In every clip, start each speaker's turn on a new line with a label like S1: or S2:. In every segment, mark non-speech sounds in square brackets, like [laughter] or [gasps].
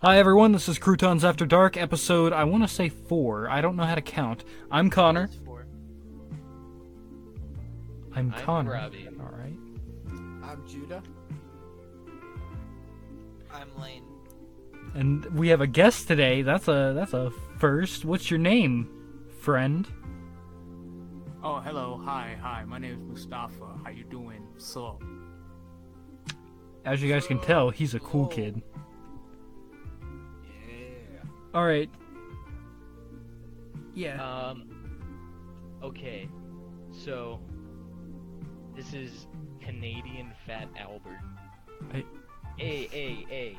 S1: Hi everyone, this is Croutons After Dark, episode I want to say four. I don't know how to count. I'm Connor.
S2: It's four.
S1: I'm
S2: I'm
S1: Connor.
S2: Robbie.
S1: All right.
S3: I'm Judah.
S2: I'm Lane.
S1: And we have a guest today. That's a that's a first. What's your name, friend?
S4: Oh, hello, hi, hi. My name is Mustafa. How you doing? So,
S1: As you guys can tell, he's a cool kid.
S5: [laughs]
S3: Yeah.
S1: All right. Yeah.
S2: Um. Okay. So. This is Canadian Fat Albert.
S1: I-
S2: Hey, hey, hey.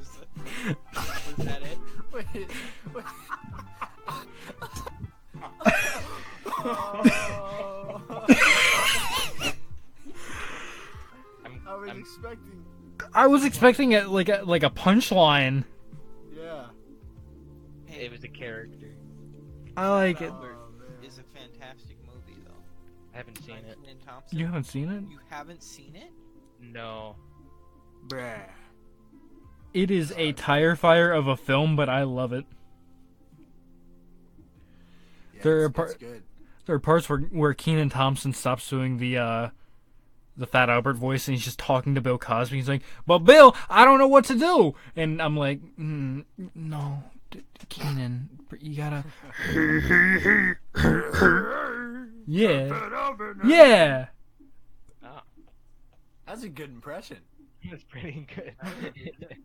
S3: Is that, was that it? [laughs] Wait, wait. Oh,
S2: I'm,
S3: I was
S2: I'm,
S3: expecting.
S1: I was expecting a, like a like a punchline.
S3: Yeah.
S2: it was a character.
S1: I like it.
S5: Albert
S3: Oh, man.
S5: is a fantastic movie, though.
S2: I haven't seen
S5: By
S2: it.
S5: Kenan Thompson.
S1: You haven't seen it?
S5: You haven't seen it?
S2: No.
S4: bruh.
S1: It is a tire fire of a film, but I love it.
S3: Yeah,
S1: There
S3: it's-
S1: are par-
S3: it's good.
S1: There are parts where where Keenan Thompson stops doing the uh the Fat Albert voice and he's just talking to Bill Cosby. He's like, "But Bill, I don't know what to do," and I'm like, mm, "No, D- Keenan, you gotta." yeah, yeah.
S2: Ah, [laughs]
S3: That's a good impression.
S2: that's pretty
S5: [laughs]
S2: good.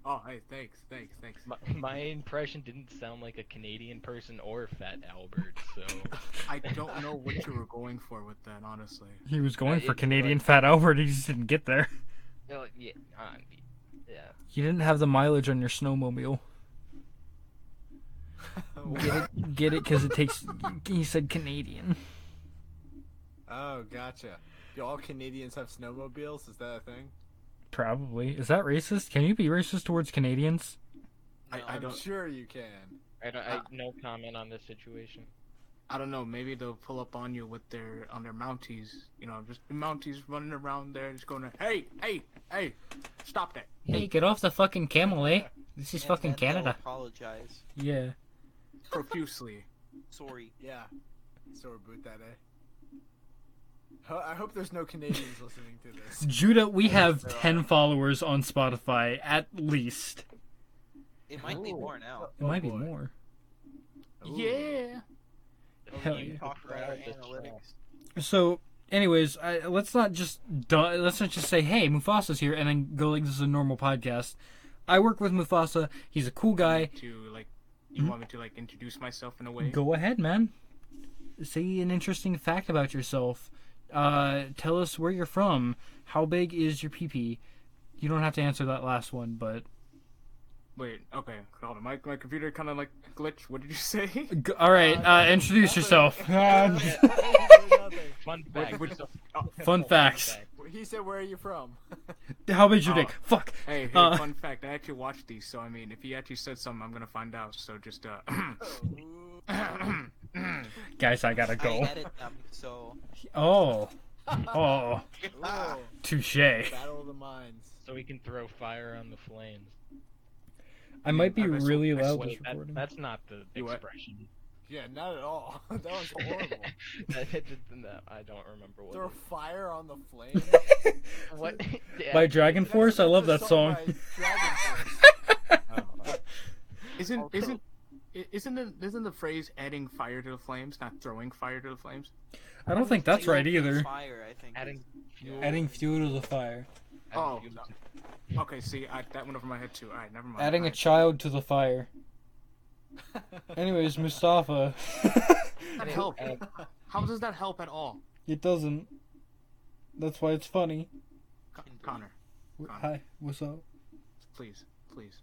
S4: Oh, hey, thanks, thanks, thanks.
S2: my, my impression didn't sound like a Canadian person or Fat Albert,
S5: [laughs]
S2: so.
S4: I don't know what you were going for with that, [laughs] honestly.
S1: He was going
S2: Uh,
S1: for
S2: it-
S1: Canadian Fat Albert. He just didn't get there.
S2: No, yeah. uh, yeah.
S1: You didn't have the mileage on your snowmobile. Get it? Get it? Because it takes. He said Canadian.
S3: Oh, gotcha. Do all Canadians have snowmobiles? Is that a thing?
S1: Probably. Is that racist? Can you be racist towards Canadians?
S4: I- I
S3: I'm
S4: don't-
S3: sure you can.
S2: I, don't, I
S4: Ah.
S2: no comment on this situation.
S4: I don't know. Maybe they'll pull up on you with their on their Mounties. You know, just the Mounties running around there, just going, "Hey, hey, hey, stop that!"
S1: Hey, get off the fucking camel, eh? This is
S5: And
S1: fucking
S5: then they'll
S1: Canada.
S5: apologize.
S1: Yeah.
S4: Profusely.
S5: Sorry.
S3: Yeah. So we're boot that, eh? Ho- I hope there's no Canadians [laughs] listening to this.
S1: Judah, we have 10 followers on Spotify, at least.
S5: It might be more now.
S1: It might be
S3: Oh, boy.
S1: more.
S3: Ooh.
S4: Yeah.
S1: Hell
S5: you
S1: yeah.
S5: talk about our
S2: Proud as fuck.
S5: analytics.
S1: So, anyways, I, let's not just du- let's not just say, "Hey, Mufasa's here," and then go like this is a normal podcast. I work with Mufasa. He's a cool guy.
S4: To like, you want me to like introduce myself in a way?
S1: Hmm? Go ahead, man. Say an interesting fact about yourself. Uh, tell us where you're from. How big is your pee-pee? You don't have to answer that last one, but
S4: Wait. Okay. Hold on. My my computer kind of like glitched. What did you [laughs] say?
S1: G- all right. Uh, introduce yourself. [laughs]
S3: Nothing.
S2: Fun
S4: What-
S2: fact.
S4: what-
S2: just a
S4: oh,
S1: Fun facts.
S3: he said, "Where are you
S4: [laughs]
S3: from?" [laughs]
S1: How big's your
S4: Oh.
S1: dick? Fuck.
S4: Hey, hey
S1: Uh,
S4: fun fact, I actually watched these, so I mean, if he actually said something, I'm gonna find out, so just, uh. [clears throat]
S1: Guys, I gotta
S5: I
S1: go.
S5: edit them, so
S1: Oh. Oh.
S5: Ah,
S3: Ooh,
S1: Touche.
S3: Battle of the Minds.
S2: so we can throw fire on the flames.
S1: I might be
S4: I sw-
S1: really
S4: I
S1: loud
S4: swear
S1: this
S2: Wait, that,
S1: recording.
S2: that's not the
S4: You what?
S2: expression.
S3: Yeah, not at all. [laughs] That was horrible.
S2: [laughs] That- that- that- no, I don't remember what.
S3: Throw
S2: it-
S3: fire on the
S1: [laughs]
S3: flame.
S2: what? [laughs] yeah,
S1: By Dragon
S3: That's-
S1: Force, I
S3: that's
S1: love
S3: a
S1: that song.
S3: by
S1: [laughs]
S3: Dragon Force.
S4: Isn't,
S3: Okay.
S4: isn't, i- isn't the, isn't the phrase adding fire to the flames, not throwing fire to the flames?
S1: I don't think [laughs] that's
S5: Fuel
S1: right
S5: to
S1: either.
S5: Fire, I think.
S2: adding fuel.
S1: Adding fuel to the fire.
S2: adding
S4: Oh.
S2: fuel to-
S4: Okay, see, I, that went over my head too. Alright, never mind.
S1: Adding a
S4: Alright.
S1: child to the fire. Anyways, Mustafa.
S4: that help? How does that help at all?
S1: it doesn't. That's why it's funny.
S4: Con- Connor,
S1: W-
S4: Connor.
S1: Hi, what's up?
S4: please, please.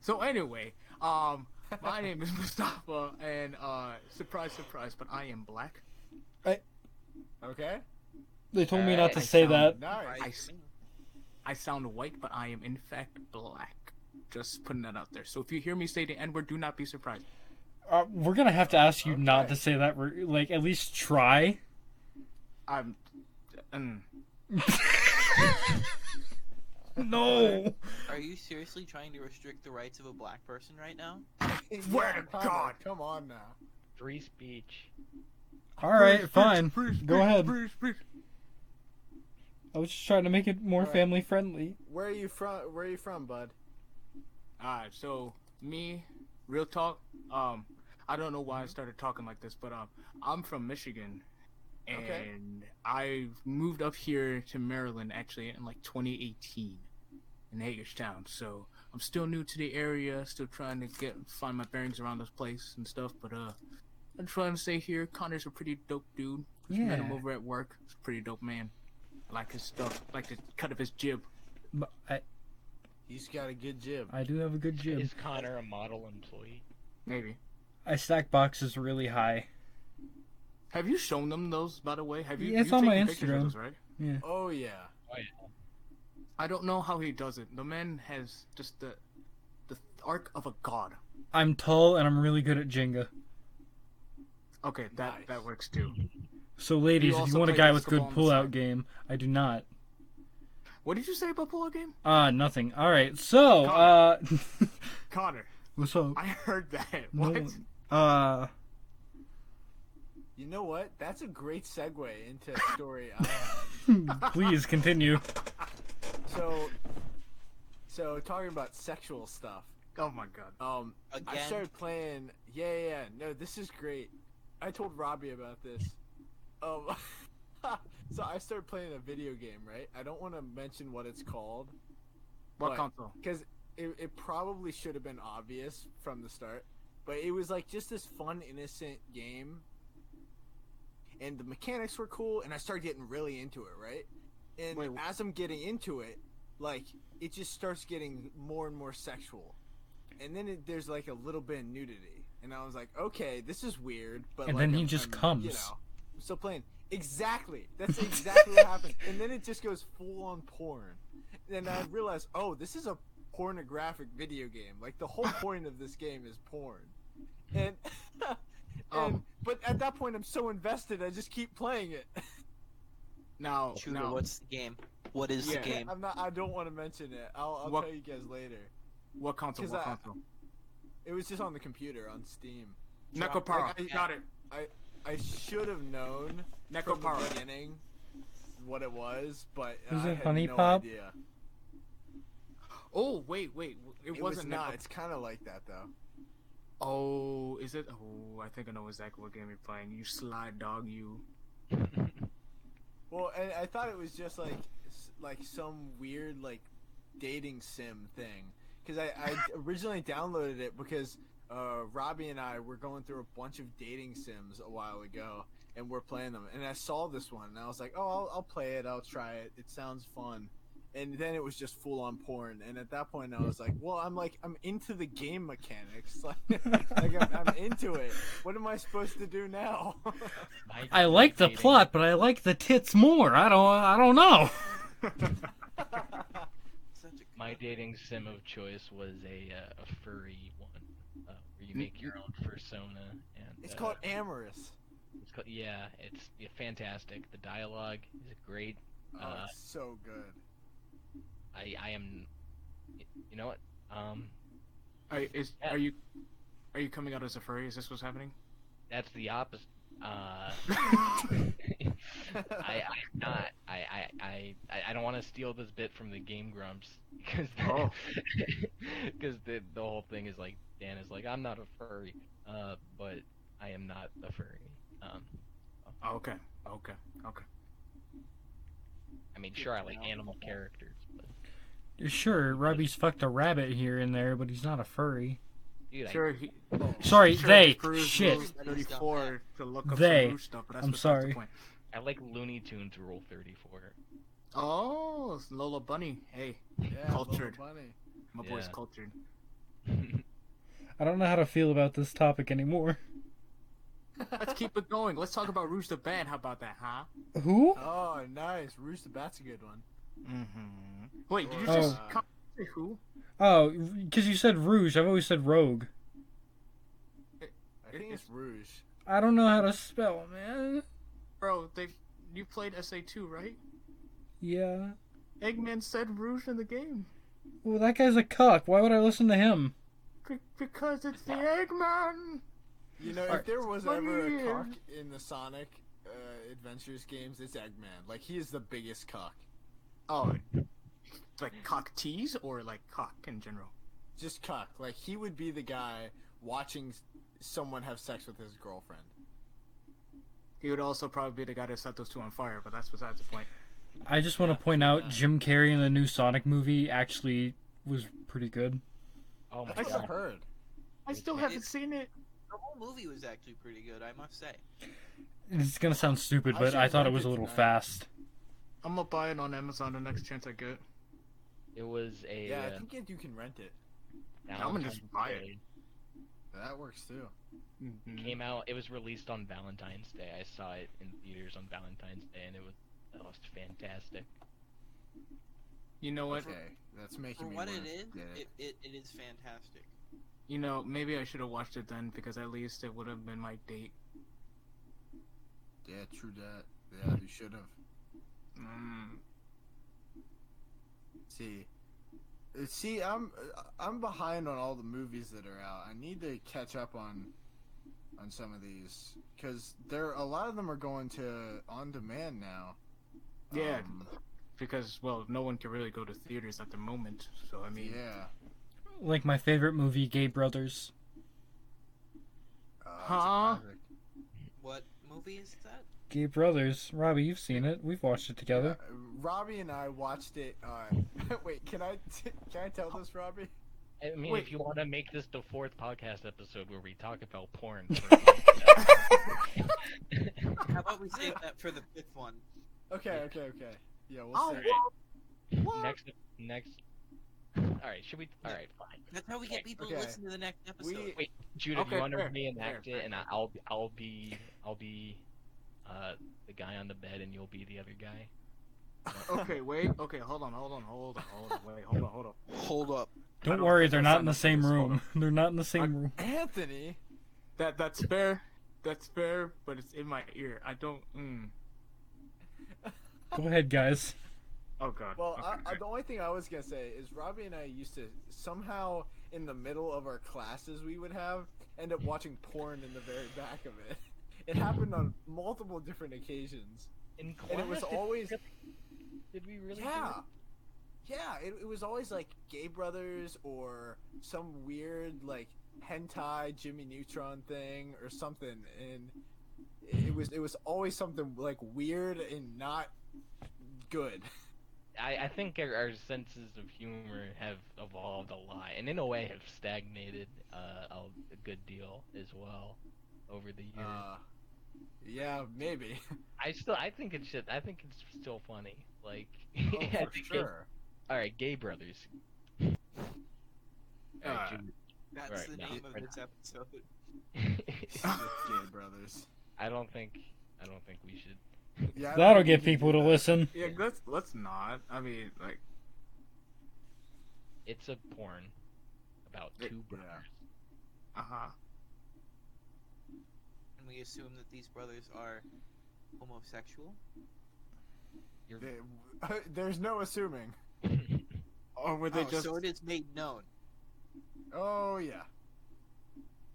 S4: So anyway, um, my name is [laughs] Mustafa, and, uh, surprise, surprise, but I am black.
S3: okay.
S1: They told me not to
S2: Alright,
S1: say
S4: sound-
S1: that.
S3: Nice.
S4: I s- I sound white, but I am in fact black. Just putting that out there. So if you hear me say the N word, do not be surprised.
S1: Uh, we're gonna have to ask you not
S3: Okay.
S1: to say that. We're, like, at least try.
S4: I'm. mm.
S1: no.
S5: Are you seriously trying to restrict the rights of a black person right now?
S3: [laughs]
S4: Swear to
S3: Tyler,
S4: God.
S3: Come on now.
S2: Free speech.
S1: All right, fine. Go ahead.
S4: Freeze, freeze.
S1: I was just trying to make it more
S3: All right.
S1: family friendly.
S3: Where are you from? Where are you from, bud?
S4: Alright, so me, real talk. Um, I don't know why I started talking like this, but um, I'm from Michigan, and
S3: Okay.
S4: I moved up here to Maryland actually in like 2018 in Hagerstown. So I'm still new to the area, still trying to get find my bearings around this place and stuff. But uh, I'm trying to stay here. Connor's a pretty dope dude. Just Met him
S1: Yeah.
S4: over at work. He's a pretty dope man. I like his stuff. I like the cut of his jib.
S1: But I,
S3: He's got a good jib.
S1: I do have a good gym.
S2: Is Connor a model [laughs] employee?
S4: Maybe.
S1: I stack boxes really high.
S4: Have you shown them those, by the way? Have you?
S1: Yeah, it's
S4: you've
S1: on my
S4: taken pictures of
S1: Instagram.
S4: those, right?
S3: Oh yeah.
S4: I don't know how he does it. The man has just the the arc of a god.
S1: I'm tall and I'm really good at Jenga.
S4: Okay, that
S3: Nice.
S4: that works too.
S1: So, ladies, if
S4: also
S1: you want a
S4: play
S1: guy with good
S4: basketball on the
S1: pullout
S4: side?
S1: game, I do not.
S4: What did you say about pull game?
S1: Ah, nothing. All right. So, uh, [laughs]
S4: Connor. Connor,
S1: what's up?
S4: I heard that.
S1: No
S4: What?
S1: one- Uh, [laughs]
S3: You know what? That's a great segue into a story. uh, I
S4: [laughs]
S1: please continue.
S3: so, so talking about sexual stuff.
S4: Oh my god.
S3: Um, I
S5: Again?
S3: started playing. Yeah, yeah, yeah. No, this is great. I told Robbie about this. Um, [laughs] so I started playing a video game, right? I don't want to mention what it's called
S4: What,
S3: What?
S4: console?
S3: because it, it probably should have been obvious from the start, but it was like just this fun, innocent game, and the mechanics were cool, and I started getting really into it, right? And
S4: Wait, wh-
S3: as I'm getting into it, like it just starts getting more and more sexual, and then it, there's like a little bit of nudity, and I was like, okay, this is weird, but
S1: And
S3: like,
S1: then he
S3: I'm-
S1: just
S3: I'm, You
S1: comes.
S3: know, I'm still playing. Exactly. That's exactly what happened. And then it just goes full on porn and I realized, oh, this is a pornographic video game. Like the whole point of this game is porn. And, [laughs] and
S4: Um.
S3: but at that point, I'm so invested, I just keep playing it.
S4: Now,
S5: Shooter,
S4: now
S5: what's the game? What is
S4: Oh, Yeah.
S5: the game?
S3: I'm not. I don't want to mention it. I'll, I'll
S4: What-
S3: tell you guys later.
S4: what console?
S3: 'cause
S4: What
S3: I-
S4: console?
S3: It was just on the computer on Steam. So I'm-
S4: Necopara.
S3: like,
S4: Got it.
S3: I, I should have known from
S4: Necopara.
S3: the beginning what it was, but
S1: Was
S3: I
S1: it
S3: had
S1: Honey
S3: no
S1: Pop?
S3: idea.
S4: Oh wait, wait. It,
S3: It,
S4: wasn't
S3: was not.
S4: Neco-
S3: It's kind of like that though.
S4: Oh, is it? Oh, I think I know exactly what game you're playing. You sly dog, you.
S3: Well, and I thought it was just like s- like some weird like dating sim thing because I, I originally downloaded it because uh, Robbie and I were going through a bunch of dating sims a while ago and we're playing them and I saw this one and I was like, oh, I'll, I'll play it, I'll try it, it sounds fun. And then it was just full on porn, and at that point I was like, "Well, I'm like, I'm into the game mechanics, [laughs] like, like I'm, I'm into it. What am I supposed to do now?" [laughs]
S1: I like the
S2: Dating.
S1: plot, but I like the tits more. I don't. I don't know.
S5: Such a
S2: My dating sim of choice was a, uh, a furry one, uh, where you make your own persona. And
S3: Mm. it's
S2: uh,
S3: called amorous.
S2: It's called, yeah, it's yeah, fantastic. The dialogue is great.
S3: Oh,
S2: Uh,
S3: it's so [laughs] good.
S2: I I am, you know what? Um,
S4: Are, is,
S2: Yeah.
S4: are you are you coming out as a furry? Is this what's happening?
S2: that's the opposite.
S4: [laughs]
S2: Uh, [laughs] I I'm not. I I I I- I don't want to steal this bit from the Game Grumps because
S4: Oh.
S2: [laughs] because the the whole thing is like Dan is like I'm not a furry, uh, but I am not a furry. Um,
S4: Oh, Okay, okay, okay.
S2: I mean, sure, I like animal characters, but
S1: Sure, Robbie's fucked a rabbit here and there, but he's not a furry.
S2: dude, I,
S4: Sure, he,
S1: Sorry,
S4: Sure,
S1: they.
S4: Cruz
S1: Shit.
S4: knows 34 to look up
S1: They.
S4: some new stuff, but that's
S1: I'm
S4: besides the
S1: sorry.
S4: point.
S2: I like Looney Tunes Rule 34.
S4: Oh, it's Lola Bunny. Hey,
S3: Yeah, Little
S4: Cultured.
S3: Bunny.
S4: my boy's
S2: Yeah.
S4: cultured.
S1: I don't know how to feel about this topic anymore.
S4: Let's keep it going. Let's talk about Rouge the Band. How about that, huh?
S1: Who?
S3: Oh, nice. Rooster Bat's a good one.
S4: Mm-hmm. Wait, did you
S1: Or,
S4: just
S3: uh,
S4: come say who?
S1: Oh, because you said Rouge. I've always said Rogue.
S3: I think it's Rouge.
S1: I don't know how to spell, man.
S4: Bro, they you played SA2, right?
S1: Yeah.
S4: Eggman said Rouge in the game.
S1: Well, that guy's a cuck. Why would I listen to him?
S4: Be- because it's the Eggman!
S3: You know, if
S1: Alright.
S3: there was
S4: Let
S3: ever a
S4: me in.
S3: cock in the Sonic uh, Adventures games, it's Eggman. Like he is the biggest cock.
S4: Oh. Like cock tease or like cock in general?
S3: Just cock. Like he would be the guy watching s- someone have sex with his girlfriend.
S4: He would also probably be the guy that set those two on fire, but that's besides the point.
S1: I just want to point out Jim Carrey in the new Sonic movie actually was pretty good.
S2: [laughs] Oh my
S3: That's what
S2: god.
S3: I've heard.
S4: I still
S5: It-
S4: haven't seen it.
S5: The whole movie was actually pretty good, I must say.
S1: It's gonna sound stupid,
S3: I
S1: but
S3: should
S1: I thought it
S3: rent
S1: was
S3: it
S1: a little
S3: tonight.
S1: fast.
S4: I'm gonna buy it on Amazon the next chance I get.
S2: It was a.
S3: Yeah,
S2: uh,
S3: I think you can rent it.
S4: I'm gonna just buy it.
S2: Day.
S3: That works too.
S4: Mm-hmm.
S2: Came out. It was released on Valentine's Day. I saw it in theaters on Valentine's Day, and it was that was fantastic.
S4: You know what?
S3: Okay, that's making
S5: For
S3: me
S5: what
S3: wanna
S5: it is,
S3: get
S5: it, it, it is fantastic.
S4: You know, maybe I should have watched it then because at least it would have been my date.
S3: Yeah, true that. Yeah, you should have.
S4: Mm.
S3: See, Uh, see, I'm uh, I'm behind on all the movies that are out. I need to catch up on on some of these because there a lot of them are going to on demand now.
S4: Yeah.
S3: Um,
S4: Because, well, no one can really go to theaters at the moment, so I mean.
S3: yeah.
S1: Like my favorite movie, Gay Brothers.
S3: Uh, it's a
S4: Huh?
S3: classic.
S5: What movie is that?
S1: Gay Brothers. Robbie, you've seen it. We've watched it together.
S3: Uh, Robbie and I watched it. Uh, [laughs] wait, can I t- can I tell this, Robbie?
S2: I mean,
S4: Wait.
S2: if you want to make this the fourth podcast episode where we talk about porn,
S4: [laughs]
S5: How about we save that for the fifth one?
S3: Okay, okay, okay. Yeah, we'll
S4: Oh,
S3: see.
S4: well,
S2: next, next. All right, should we? All right, fine.
S5: That's how we get people to
S3: Okay.
S5: listen to the next episode.
S3: We
S2: Judah,
S4: Okay,
S2: you want
S4: fair,
S2: to reenact
S4: fair,
S2: it, and I- I'll I'll be I'll be uh, the guy on the bed, and you'll be the other guy.
S4: okay, wait. Okay, hold on, hold on, hold on, hold on, wait, hold on, hold on.
S5: Hold up.
S1: Don't
S4: don't
S1: worry,
S4: think
S1: they're
S4: I
S1: not
S4: signed
S1: in the
S4: up for
S1: same
S4: this.
S3: [laughs]
S4: Hold
S1: room. They're not in the same room.
S3: Anthony.
S4: That that's fair. That's fair, but it's in my ear. I don't. Mm.
S1: Go ahead, guys.
S4: Oh god.
S3: Well,
S4: okay.
S3: I, I, the only thing I was gonna say is Robbie and I used to somehow in the middle of our classes we would have end up watching porn in the very back of it. [laughs] It happened on multiple different occasions,
S2: In class,
S3: and it was
S2: did we
S3: always
S2: really- Did we really? do
S3: yeah,
S2: it?
S3: yeah. It, it was always like Gay Brothers or some weird like hentai Jimmy Neutron thing or something, and it was it was always something like weird and not good.
S2: I, I think our, our senses of humor have evolved a lot, and in a way have stagnated uh, a, a good deal as well over the years.
S3: Uh, yeah, maybe.
S2: I still, I think it's shit. I think it's still funny. Like, [laughs]
S3: Oh,
S2: I
S3: for
S2: think it-
S3: sure.
S2: all right, gay brothers. All right,
S4: Uh,
S5: That's
S2: Right,
S5: the
S2: no,
S5: name of
S2: we're
S5: this episode.
S2: Jude.
S3: Gay brothers.
S2: [laughs] I don't think, I don't think we should.
S3: Yeah, I
S1: That'll
S3: don't
S1: get
S3: think we
S1: people
S3: can
S1: to
S3: do that.
S1: listen.
S4: yeah, let's let's not. I mean, like,
S2: It's a porn about
S4: It-
S2: two
S3: yeah.
S2: brothers.
S4: uh huh.
S5: And we assume that these brothers are homosexual.
S3: [laughs] They- [laughs] There's no assuming.
S2: [laughs]
S4: Or were they
S5: oh,
S4: just?
S5: so it is made known.
S3: Oh yeah.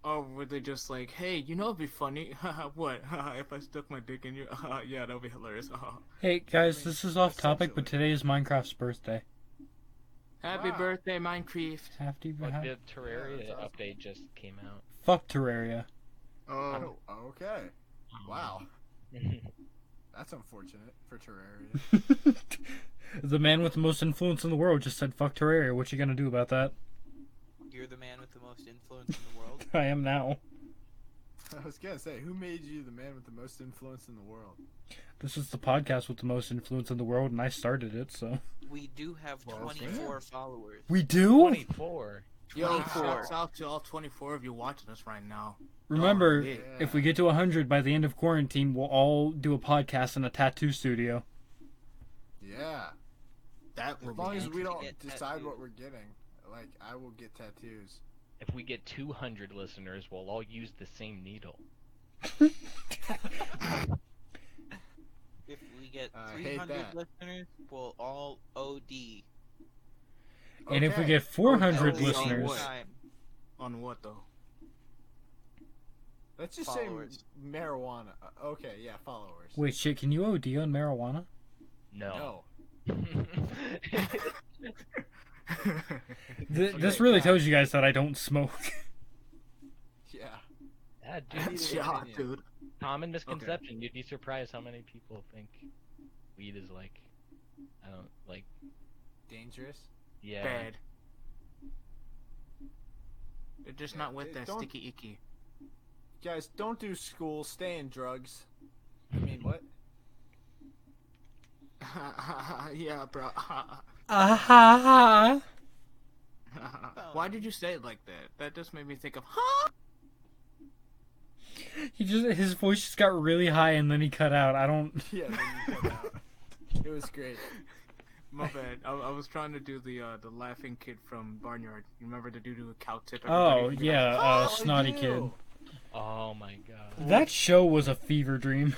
S4: Or Oh, were they just like, hey, you know, it'd be funny. [laughs] what? if I stuck my dick in you? [laughs] yeah, that'd be hilarious. [laughs]
S1: Hey, guys, this is off topic, but
S3: Essentially.
S1: today is Minecraft's birthday.
S4: Happy
S3: Wow.
S4: birthday, Minecraft.
S1: Hefty,
S2: Like
S1: ha-
S2: the Terraria
S3: that's awesome.
S2: update just came out.
S1: Fuck Terraria. [laughs]
S4: Oh,
S3: Oh, okay. Wow.
S2: I
S3: That's unfortunate for Terraria. [laughs]
S1: the man with the most influence in the world just said, "Fuck Terraria." What you gonna do about that? [laughs]
S5: You're the man with the most influence in the world.
S1: I am now.
S3: I was gonna say, who made you the man with the most influence in the world?
S1: This is the podcast with the most influence in the world, and I started it, so
S5: We do have
S2: Well,
S5: 24
S3: damn.
S5: followers.
S1: we do.
S2: [laughs] Twenty-four.
S4: yo,
S5: 24.
S4: shouts out to all 24 of you watching us right now.
S1: Remember,
S4: Yeah.
S1: if we get to hundred by the end of quarantine, we'll all do a podcast in a tattoo studio.
S3: Yeah.
S4: That
S3: As
S4: will
S3: long
S4: be.
S3: as we don't
S5: Get
S3: decide what
S5: tattoos.
S3: we're getting. Like I will get tattoos.
S2: If we get two hundred listeners, we'll all use the same needle.
S5: if we get
S3: I Uh, hate
S5: 300
S3: that.
S5: listeners, we'll all OD.
S1: And if we
S3: Okay.
S1: get 400
S5: At the same
S1: listeners,
S4: what?
S5: time.
S4: On what [laughs] though?
S3: let's just
S5: followers.
S3: say marijuana. Uh, Okay, yeah, followers.
S1: wait, shit, can you OD on marijuana?
S2: [laughs]
S4: [laughs]
S2: No.
S3: No.
S1: Th-
S3: Okay,
S1: this really
S3: yeah.
S1: tells you guys that I don't smoke.
S3: Yeah.
S2: yeah, dude.
S4: [laughs]
S3: Neither
S4: yeah,
S3: opinion.
S4: Ah, dude.
S2: Common misconception. You'd be surprised how many people think weed is like, I don't like.
S3: Dangerous.
S2: Yeah.
S4: Bad. They're just
S3: Yeah,
S4: not with
S3: they
S4: that
S3: don't-
S4: sticky icky.
S3: Guys, don't do school. Stay in drugs. I mean, what?
S4: [laughs] yeah, bro. [laughs]
S1: Ah ha ha.
S4: Why did you say it like that? That just made me think of huh. [laughs]
S1: He just his voice just got really high and then he cut out. I don't.
S3: [laughs] Yeah. Then you cut out. It was great.
S1: [laughs]
S4: My bad. I, I was trying to do the uh, the laughing kid from Barnyard. You remember the dude who would cow tip?
S1: Oh
S4: everybody?
S1: yeah, uh,
S3: Oh,
S1: snotty
S3: you!
S1: kid.
S2: Oh my god.
S1: That show was a fever dream.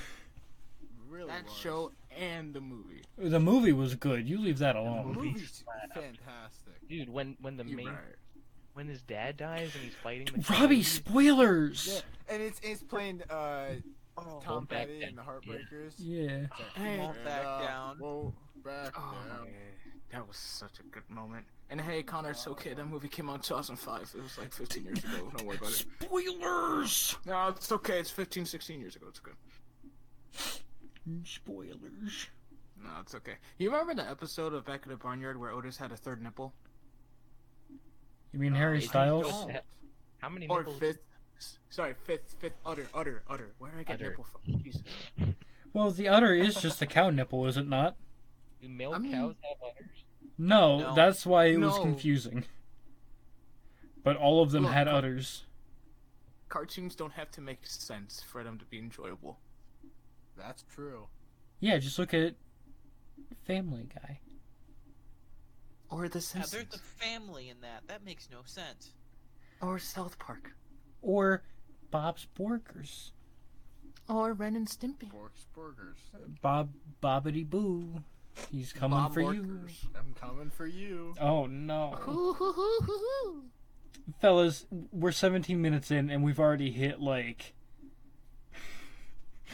S3: Really
S4: That
S3: was.
S4: show and the movie.
S1: The movie was good. You leave that
S3: The
S1: alone.
S3: movie's fantastic.
S2: Dude, when when the
S4: You
S2: main
S4: right.
S2: when his dad dies and he's fighting the
S1: Robbie,
S2: kid,
S3: Yeah,
S1: spoilers.
S3: and it's it's playing uh, Tom
S2: Hold back
S3: Petty and the
S2: then.
S3: Heartbreakers.
S1: Yeah.
S4: Hey.
S5: Won't back
S3: uh,
S5: down.
S3: Won't back
S4: Oh,
S3: down.
S4: yeah. that was such a good moment. And hey, Connor, it's okay. That movie came out in 2005. It was like 15 years ago. Don't worry about it.
S1: Spoilers.
S4: [laughs] No, it's okay. It's 15, 16 years ago. It's good.
S1: Spoilers.
S4: No, it's okay. You remember the episode of Back at the Barnyard where Otis had a third nipple?
S1: You mean
S2: No,
S1: Harry
S2: it's
S1: Styles?
S2: just- How many
S4: Or
S2: nipples?
S4: fifth? s- Sorry, fifth, fifth, utter, utter, utter. Where did I get
S2: Udder.
S4: nipple from? Jesus.
S1: Well, the udder is just a cow nipple, is it not?
S2: Do male
S4: I mean-
S2: cows have udders?
S1: No,
S5: No.
S1: that's why it was
S4: No.
S1: confusing. But all of them
S4: Look,
S1: had
S4: I-
S1: udders.
S4: Cartoons don't have to make sense for them to be enjoyable.
S3: That's true.
S1: Yeah, just look at Family Guy.
S4: Or The
S5: Yeah, there's
S4: Simpsons.
S5: a family in that. That makes no sense.
S4: Or South Park.
S1: Or Bob's Burgers.
S4: Or Ren and Stimpy. [laughs]
S3: Bork's Burgers.
S1: Bob Bobbity Boo. He's coming
S4: Bob
S1: for
S4: Barkers.
S1: you.
S3: I'm coming for you.
S1: Oh no.
S4: Hoo, hoo, hoo, hoo, hoo.
S1: Fellas, we're 17 minutes in and we've already hit like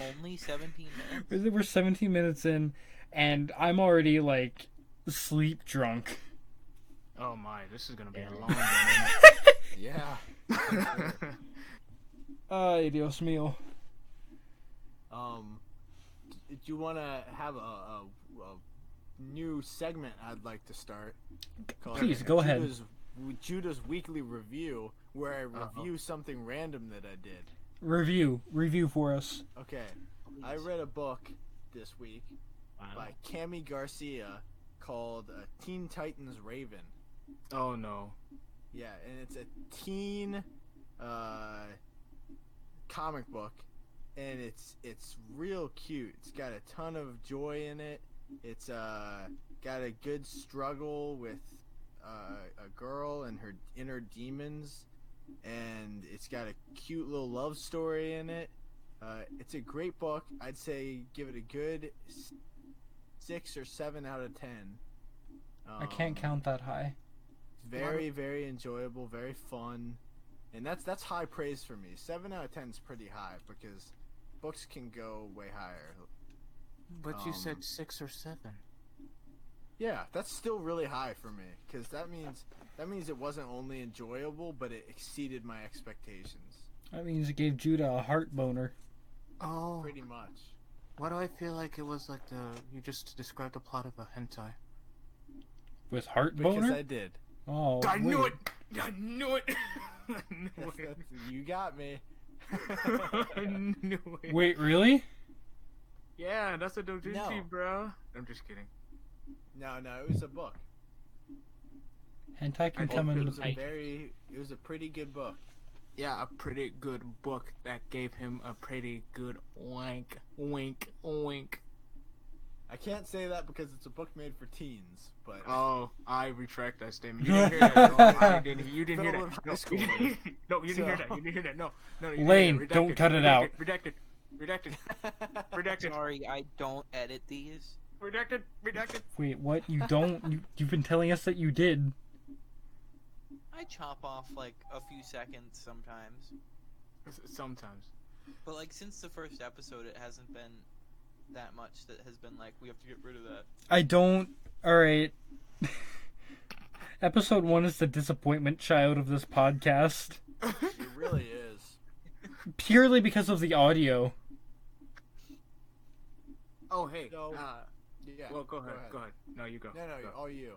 S5: Only
S3: [laughs]
S5: 17 minutes.
S1: we're 17 minutes in and I'm already like sleep
S4: [laughs]
S1: drunk.
S4: Oh my, this is gonna be
S2: Yeah.
S4: a long one.
S3: Yeah.
S4: isn't it? [laughs]
S1: Ay, Dios mío.
S3: Um, d- do you want to have a, a, a new segment I'd like to start? called
S1: Please, go ahead.
S3: Judah's, Judah's weekly review, where I
S4: Uh-oh.
S3: review something random that I did.
S1: Review, review for us.
S3: Okay, I read a book this week
S2: Wow.
S3: by Cami Garcia called uh, Teen Titans Raven.
S4: oh no.
S3: Yeah, and it's a teen uh, comic book, and it's it's real cute. It's got a ton of joy in it. It's uh, got a good struggle with uh, a girl and her inner demons, and it's got a cute little love story in it. Uh, it's a great book. I'd say give it a good s- six or seven out of ten.
S1: I can't
S3: Um,
S1: count that high.
S3: very very enjoyable very fun and that's that's high praise for me seven out of ten is pretty high because books can go way higher
S4: But you
S3: Um,
S4: said six or seven.
S3: yeah that's still really high for me because that means that means it wasn't only enjoyable but it exceeded my expectations
S1: That means it gave Judah a heart boner.
S4: Oh,
S3: pretty much
S4: why do I feel like it was like the you just described the plot of a hentai?
S1: With heart
S3: because
S1: boner?
S3: i did
S4: [laughs]
S1: Oh,
S4: I knew
S1: wait.
S4: it. I knew it. [laughs] I knew
S3: That's-
S4: it.
S3: that's- you got me
S4: I knew [laughs] it.
S1: Wait, really?
S4: Yeah, that's a dojinshi,
S3: No.
S4: bro. I'm just kidding.
S3: no no it was a book
S1: Hentai can
S4: I
S1: come
S4: hope
S1: in
S3: it
S1: the
S3: was a
S1: pipe.
S3: very it was a pretty good book
S4: Yeah, a pretty good book that gave him a pretty good wink, wink, wink.
S3: i can't say that because it's a book made for teens but [laughs]
S4: Oh, I retract that statement. You didn't hear
S1: [laughs]
S4: that. No, I didn't, you didn't hear
S3: Federal
S4: that.
S3: high
S4: No,
S3: school.
S4: you didn't, no, you didn't hear
S3: So-
S4: that. You didn't hear that. No, no. You
S1: Lane,
S4: didn't hear that.
S1: don't cut it
S4: redacted,
S1: out.
S4: Redacted. Redacted. Redacted.
S5: Sorry, I don't edit these.
S4: Redacted. Redacted.
S1: Wait, what? You don't? You, you've been telling us that you did.
S5: I chop off like a few seconds sometimes.
S4: S- Sometimes.
S5: But like since the first episode, it hasn't been that much that has been like we have to get rid of that.
S1: I don't. All right. [laughs] Episode one is the disappointment child of this podcast,
S3: It really is.
S1: purely because of the audio.
S4: Oh hey.
S3: No.
S4: Uh,
S3: Yeah.
S4: well, go ahead, go ahead. No,
S3: [laughs]
S4: you go.
S3: No, no,
S4: Go.
S3: all you.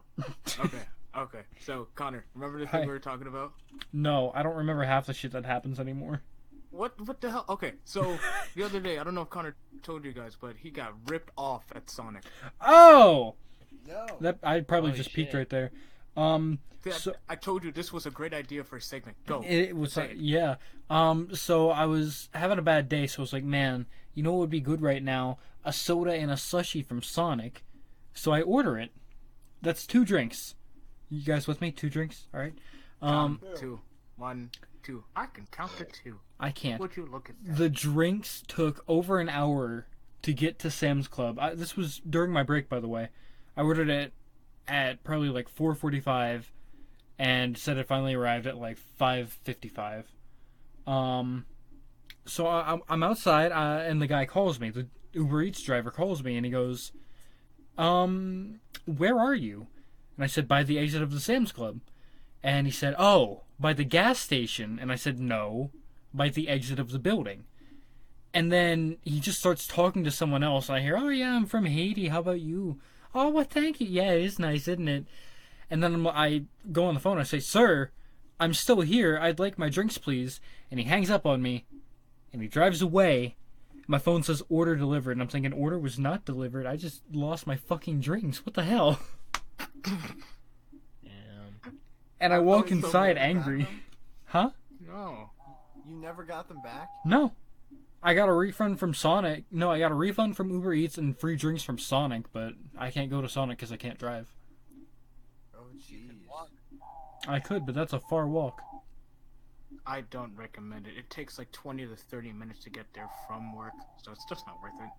S4: Okay. Okay. So Connor, remember the thing
S1: Hi.
S4: we were talking about?
S1: No, I don't remember half the shit that happens anymore.
S4: What? What the hell? Okay.
S1: [laughs]
S4: So the other day, I don't know if Connor told you guys, but he got ripped off at Sonic.
S1: Oh,
S3: No.
S1: that I probably
S2: Holy
S1: just peeked
S2: shit.
S1: right there. Um,
S4: Th-
S1: So-
S4: I told you this was a great idea for a segment. Go.
S1: It was
S4: Say it.
S1: yeah. Um, so I was having a bad day, so I was like, man, you know what would be good right now? A soda and a slushie from Sonic. So I order it. That's two drinks. You guys with me? Two drinks. All right. Um,
S4: Count two, one, two. I can count to two.
S1: I can't.
S4: Would you look at that?
S1: The drinks took over an hour to get to Sam's Club. I, this was during my break, by the way. I ordered it at probably like 4:45, and said it finally arrived at like 5:55. Um, so I, I'm- I'm outside, uh, and the guy calls me. The Uber Eats driver calls me, and he goes, "Um, where are you?" And I said, "By the exit of the Sam's Club." And he said, "Oh, by the gas station." And I said, "No." by the exit of the building. And then he just starts talking to someone else. And I hear, "Oh yeah, I'm from Haiti. How about you?" "Oh well, thank you. Yeah, it is nice, isn't it?" And then I'm- I go on the phone. I say, "Sir, I'm still here. I'd like my drinks, please." And he hangs up on me, and he drives away. My phone says order delivered, and I'm thinking order was not delivered. I just lost my fucking drinks. What the hell? [laughs]
S2: Damn.
S1: And I walk
S3: Oh, you still
S1: inside
S3: never got
S1: angry.
S3: them?
S1: Huh?
S4: No.
S3: You never got them back?
S1: No. I got a refund from Sonic. No, I got a refund from Uber Eats and free drinks from Sonic, but I can't go to Sonic because I can't drive.
S3: Oh, jeez.
S5: walk.
S1: I could, but that's a far walk.
S4: I don't recommend it. It takes like 20 to 30 minutes to get there from work, so it's just not worth it.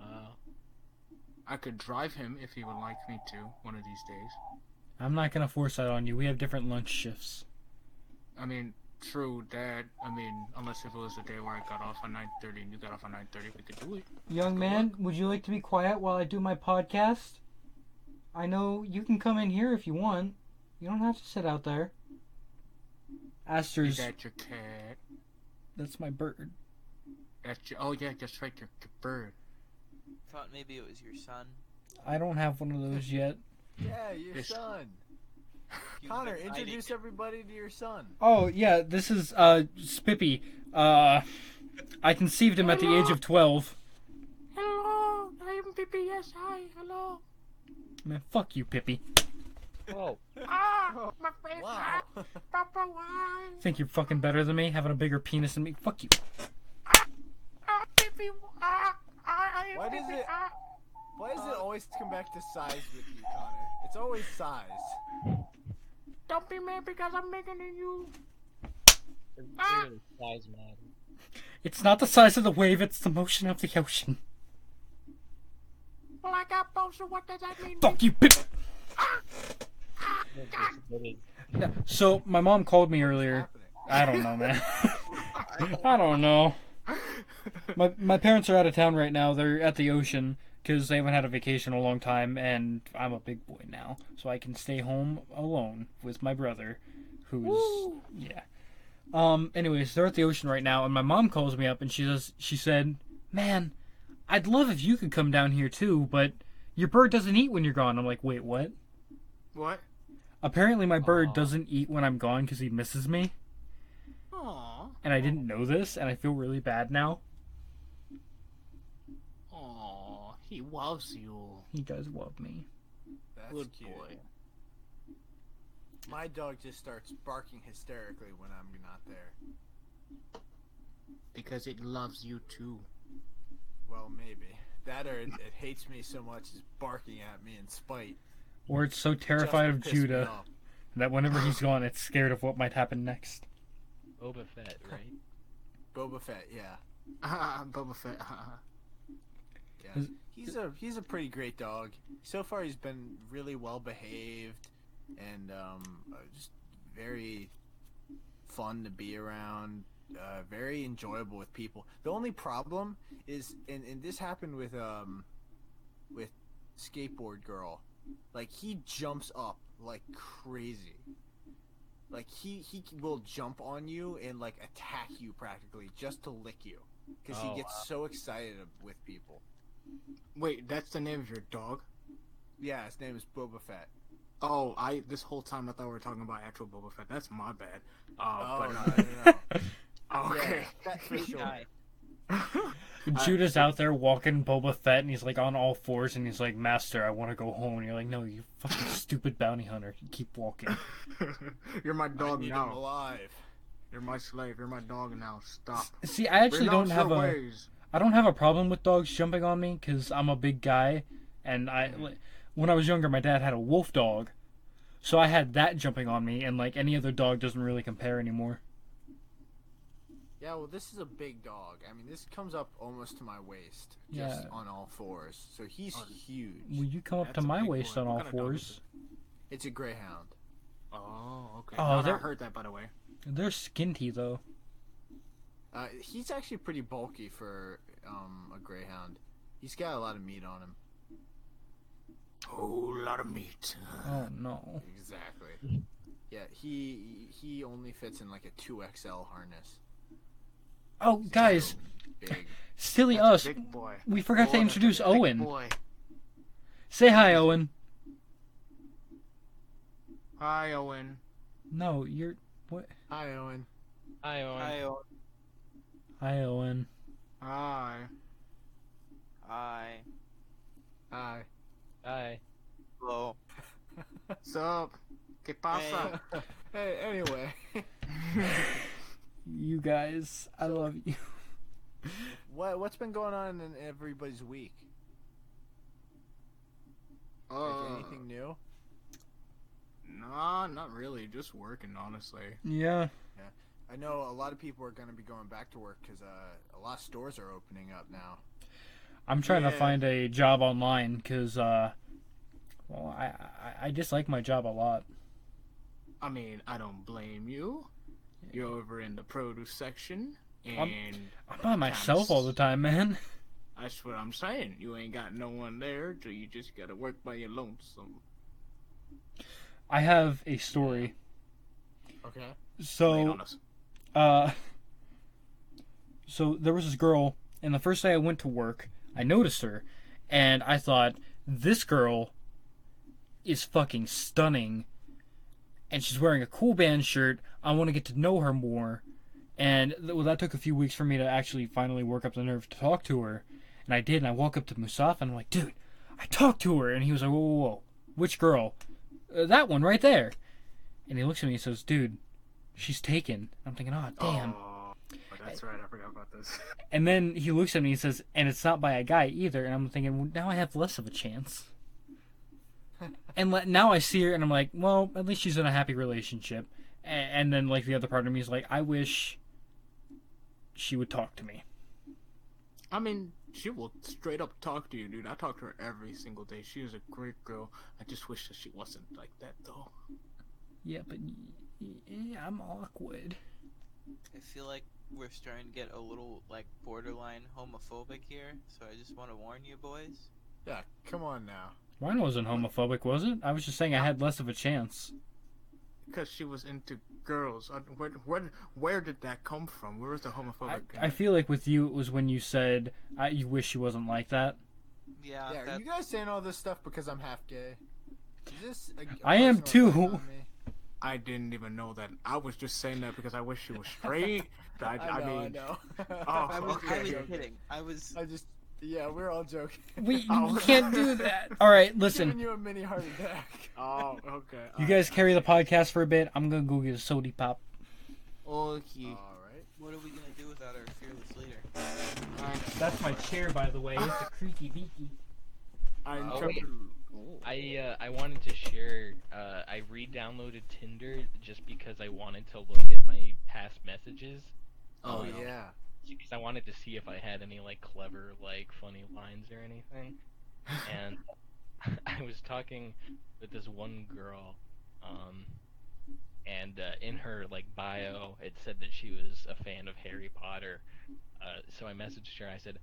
S2: Wow.
S4: I could drive him if he would like me to one of these days.
S1: I'm not gonna force that on you. We have different lunch shifts.
S4: I mean, true that. I mean, unless if it was the day where I got off on 9:30 and you got off on 9:30, we could do it.
S1: Young man, would you like to be quiet while I do my podcast? I know you can come in here if you want. You don't have to sit out there.
S4: Is
S1: Aster's.
S4: that your cat?
S1: That's my bird.
S4: That's your. Oh yeah, that's right, your, your bird.
S5: Thought maybe it was your son.
S1: I don't have one of those yet.
S3: Yeah, your
S4: Yes.
S3: son.
S5: You've
S3: Connor,
S5: been hiding
S3: introduce everybody to your son.
S1: Oh yeah, this is uh Spippy. Uh, I conceived him at the age of twelve.
S4: Hello, I am PPS. Hi, hello.
S1: Man, fuck you, Pippy.
S2: Whoa.
S4: Ah, my face.
S3: Wow.
S4: Papa, why?
S1: Think you're fucking better than me, having a bigger penis than me. Fuck you.
S4: Ah, Pippi. Ah, I
S3: Why does Pippi, it- [laughs] Why does it always come back to size with you, Connor? It's always size.
S4: Don't be mad because I'm making you. Ah!
S2: Clearly size matters.
S1: It's not the size of the wave, it's the motion of the ocean.
S4: Well, I got both, so what does that mean?
S1: Fuck you, Pip.
S2: That's just what it-
S1: So my mom called me earlier.
S3: Happening.
S1: I don't know, man. [laughs] I don't know. My my parents are out of town right now. They're at the ocean because they haven't had a vacation in a long time, and I'm a big boy now, so I can stay home alone with my brother, who's yeah. Um. Anyways, they're at the ocean right now, and my mom calls me up, and she says she said, "Man, I'd love if you could come down here too, but your bird doesn't eat when you're gone." I'm like, "Wait, what?"
S4: [laughs] What?
S1: Apparently, my bird
S2: Aw.
S1: doesn't eat when I'm gone because he misses me,
S4: Aww.
S1: and I didn't know this, and I feel really bad now.
S4: Aww. He loves you.
S1: He does love me.
S3: That's
S4: Good
S3: cute.
S4: boy.
S3: My dog just starts barking hysterically when I'm not there.
S4: Because it loves you too.
S3: Well, maybe. That or it, it hates me so much it's barking at me in spite.
S1: Or it's so
S3: Just
S1: terrified of
S3: pissed me
S1: Judah
S3: off.
S1: that whenever he's gone, it's scared of what might happen next.
S2: Boba Fett, right?
S3: Boba Fett, yeah.
S4: [laughs] Boba Fett.
S3: Yeah. He's a he's a pretty great dog. So far, he's been really well behaved, and um, uh, just very fun to be around. Uh, very enjoyable with people. The only problem is, and, and this happened with um, with skateboard girl, like he jumps up like crazy. Like he he will jump on you and like attack you practically just to lick you, because
S2: Oh,
S3: he gets so excited with people.
S4: Wait, that's the name of your dog?
S3: Yeah, his name is Boba Fett.
S4: Oh, I this whole time I thought we were talking about actual Boba Fett. That's my bad. Uh,
S3: Oh,
S4: but,
S3: no, [laughs] no, no.
S4: uh, [laughs] okay.
S3: Yeah, [laughs] that for sure.
S5: Guy.
S1: Judah's out there walking Boba Fett, and he's like on all fours, and he's like, "Master, I want to go home." And you're like, "No, you fucking stupid bounty hunter, keep walking."
S4: [laughs] You're my
S3: I
S4: dog
S3: need him
S4: now.
S3: alive.
S4: You're my slave. You're my dog now. Stop.
S1: See, I actually don't
S4: Renounce
S1: have
S4: your
S1: a
S4: ways.
S1: I don't have a problem with dogs jumping on me because I'm a big guy, and I like, when I was younger, my dad had a wolf dog, so I had that jumping on me, and like any other dog doesn't really compare anymore.
S3: Yeah, well, this is a big dog. I mean, this comes up almost to my waist, just
S1: Yeah.
S3: on all fours. So he's
S4: Oh.
S3: huge.
S1: Will you come up
S4: That's
S1: to
S4: a
S1: my
S4: big
S1: waist
S4: boy.
S1: on
S4: What
S1: all
S4: kind of dog is
S1: fours?
S3: It's a greyhound.
S4: Oh, okay.
S1: Oh,
S4: Oh,
S1: they're-
S4: I heard that by the way.
S1: They're skinty though.
S3: Uh, he's actually pretty bulky for um, a greyhound. He's got a lot of meat on him.
S4: Whole lot of meat.
S1: Oh no.
S3: Exactly. Yeah, he he only fits in like a two XL harness.
S1: Oh guys,
S3: So big.
S1: silly
S4: That's
S1: us.
S4: a big boy.
S1: We forgot to
S4: Oh, that's a
S1: introduce
S4: big
S1: Owen.
S4: Boy.
S1: Say hi, Owen.
S4: Hi, Owen.
S1: No, you're what?
S3: Hi, Owen.
S4: Ah!
S2: Hi, Owen.
S5: Hi, oh,
S1: Hi, Owen.
S4: Hi.
S5: hi.
S3: Hi.
S2: Hi.
S5: Hello.
S4: What's up? ¿Qué pasa?
S3: [laughs] hey, anyway, [laughs]
S4: [laughs]
S1: You guys, I love you. [laughs]
S3: what what's been going on in everybody's week? Like,
S4: Uh,
S3: anything new?
S4: nah, not really. Just working, honestly.
S1: Yeah.
S3: I know a lot of people are going to be going back to work because uh, a lot of stores are opening up now.
S1: I'm trying to
S4: Yeah.
S1: find a job online because, uh, well, I, I I dislike my job a lot.
S4: I mean, I don't blame you. You're over in the produce section, and
S1: I'm- I'm by myself all the time, man.
S4: that's what I'm saying. You ain't got no one there, so you just gotta work by your lonesome.
S1: I have a story.
S3: Okay.
S4: Lean
S1: So,
S4: on us.
S1: uh, so there was this girl, and the first day I went to work, I noticed her, and I thought this girl is fucking stunning, and she's wearing a cool band shirt. I want to get to know her more, and th- well, that took a few weeks for me to actually finally work up the nerve to talk to her, and I did. And I walk up to Musaf, and I'm like, dude, I talked to her, and he was like, whoa, whoa, whoa, which girl? Uh, that one right there. And he looks at me and says, dude, she's taken. I'm thinking, oh damn.
S4: Oh, that's right. I forgot about this. [laughs]
S1: And then he looks at me and says, and it's not by a guy either. And I'm thinking, well, now I have less of a chance. [laughs] and le- now I see her and I'm like, well, at least she's in a happy relationship. A- and then, like, the other part of me is like, I wish she would talk to me.
S4: I mean, she will straight up talk to you, dude. I talk to her every single day. She is a great girl. I just wish that she wasn't like that, though.
S1: Yeah, but I'm awkward.
S5: I feel like we're starting to get a little like borderline homophobic here, so I just want to warn you boys.
S3: Yeah, come on now.
S1: Mine wasn't homophobic, was it? I was just saying I had less of a chance.
S4: Because she was into girls. I- Where, where, where did that come from? Where was the homophobic?
S1: I, I feel like with you, it was when you said, I, you wish she wasn't like that.
S5: Yeah,
S3: yeah, are
S5: that,
S3: you guys saying all this stuff because I'm half gay? Is this a, a
S1: I am
S3: personal
S1: too.
S3: attack on me?
S4: I didn't even know that. I was just saying that because I wish she was straight. I,
S3: I,
S4: I
S3: know, I
S4: mean, [laughs]
S3: know. [laughs]
S5: I
S4: I
S5: was, I
S4: okay.
S5: was
S3: joking.
S5: kidding. I was.
S3: I just, yeah, we're all joking. [laughs]
S1: We
S4: Oh.
S1: you can't do that. All right, [laughs]
S3: Giving
S1: listen.
S3: you a mini heart attack.
S4: [laughs] oh, okay.
S1: You
S4: alright.
S1: guys carry the podcast for a bit. I'm gonna go get a sody pop.
S4: Okay.
S3: all right.
S5: What are we gonna do without our fearless leader?
S1: That's my chair, by the way. It's a creaky beaky.
S4: I
S3: Oh,
S4: interpret-
S2: I uh, I wanted to share. Uh, I re-downloaded Tinder just because I wanted to look at my past messages.
S4: Oh,
S3: Oh
S4: yeah.
S3: yeah.
S2: because I wanted to see if I had any like clever, like funny lines or anything. And [laughs] I was talking with this one girl, um, and uh, in her like bio, it said that she was a fan of Harry Potter. Uh, so I messaged her. I said,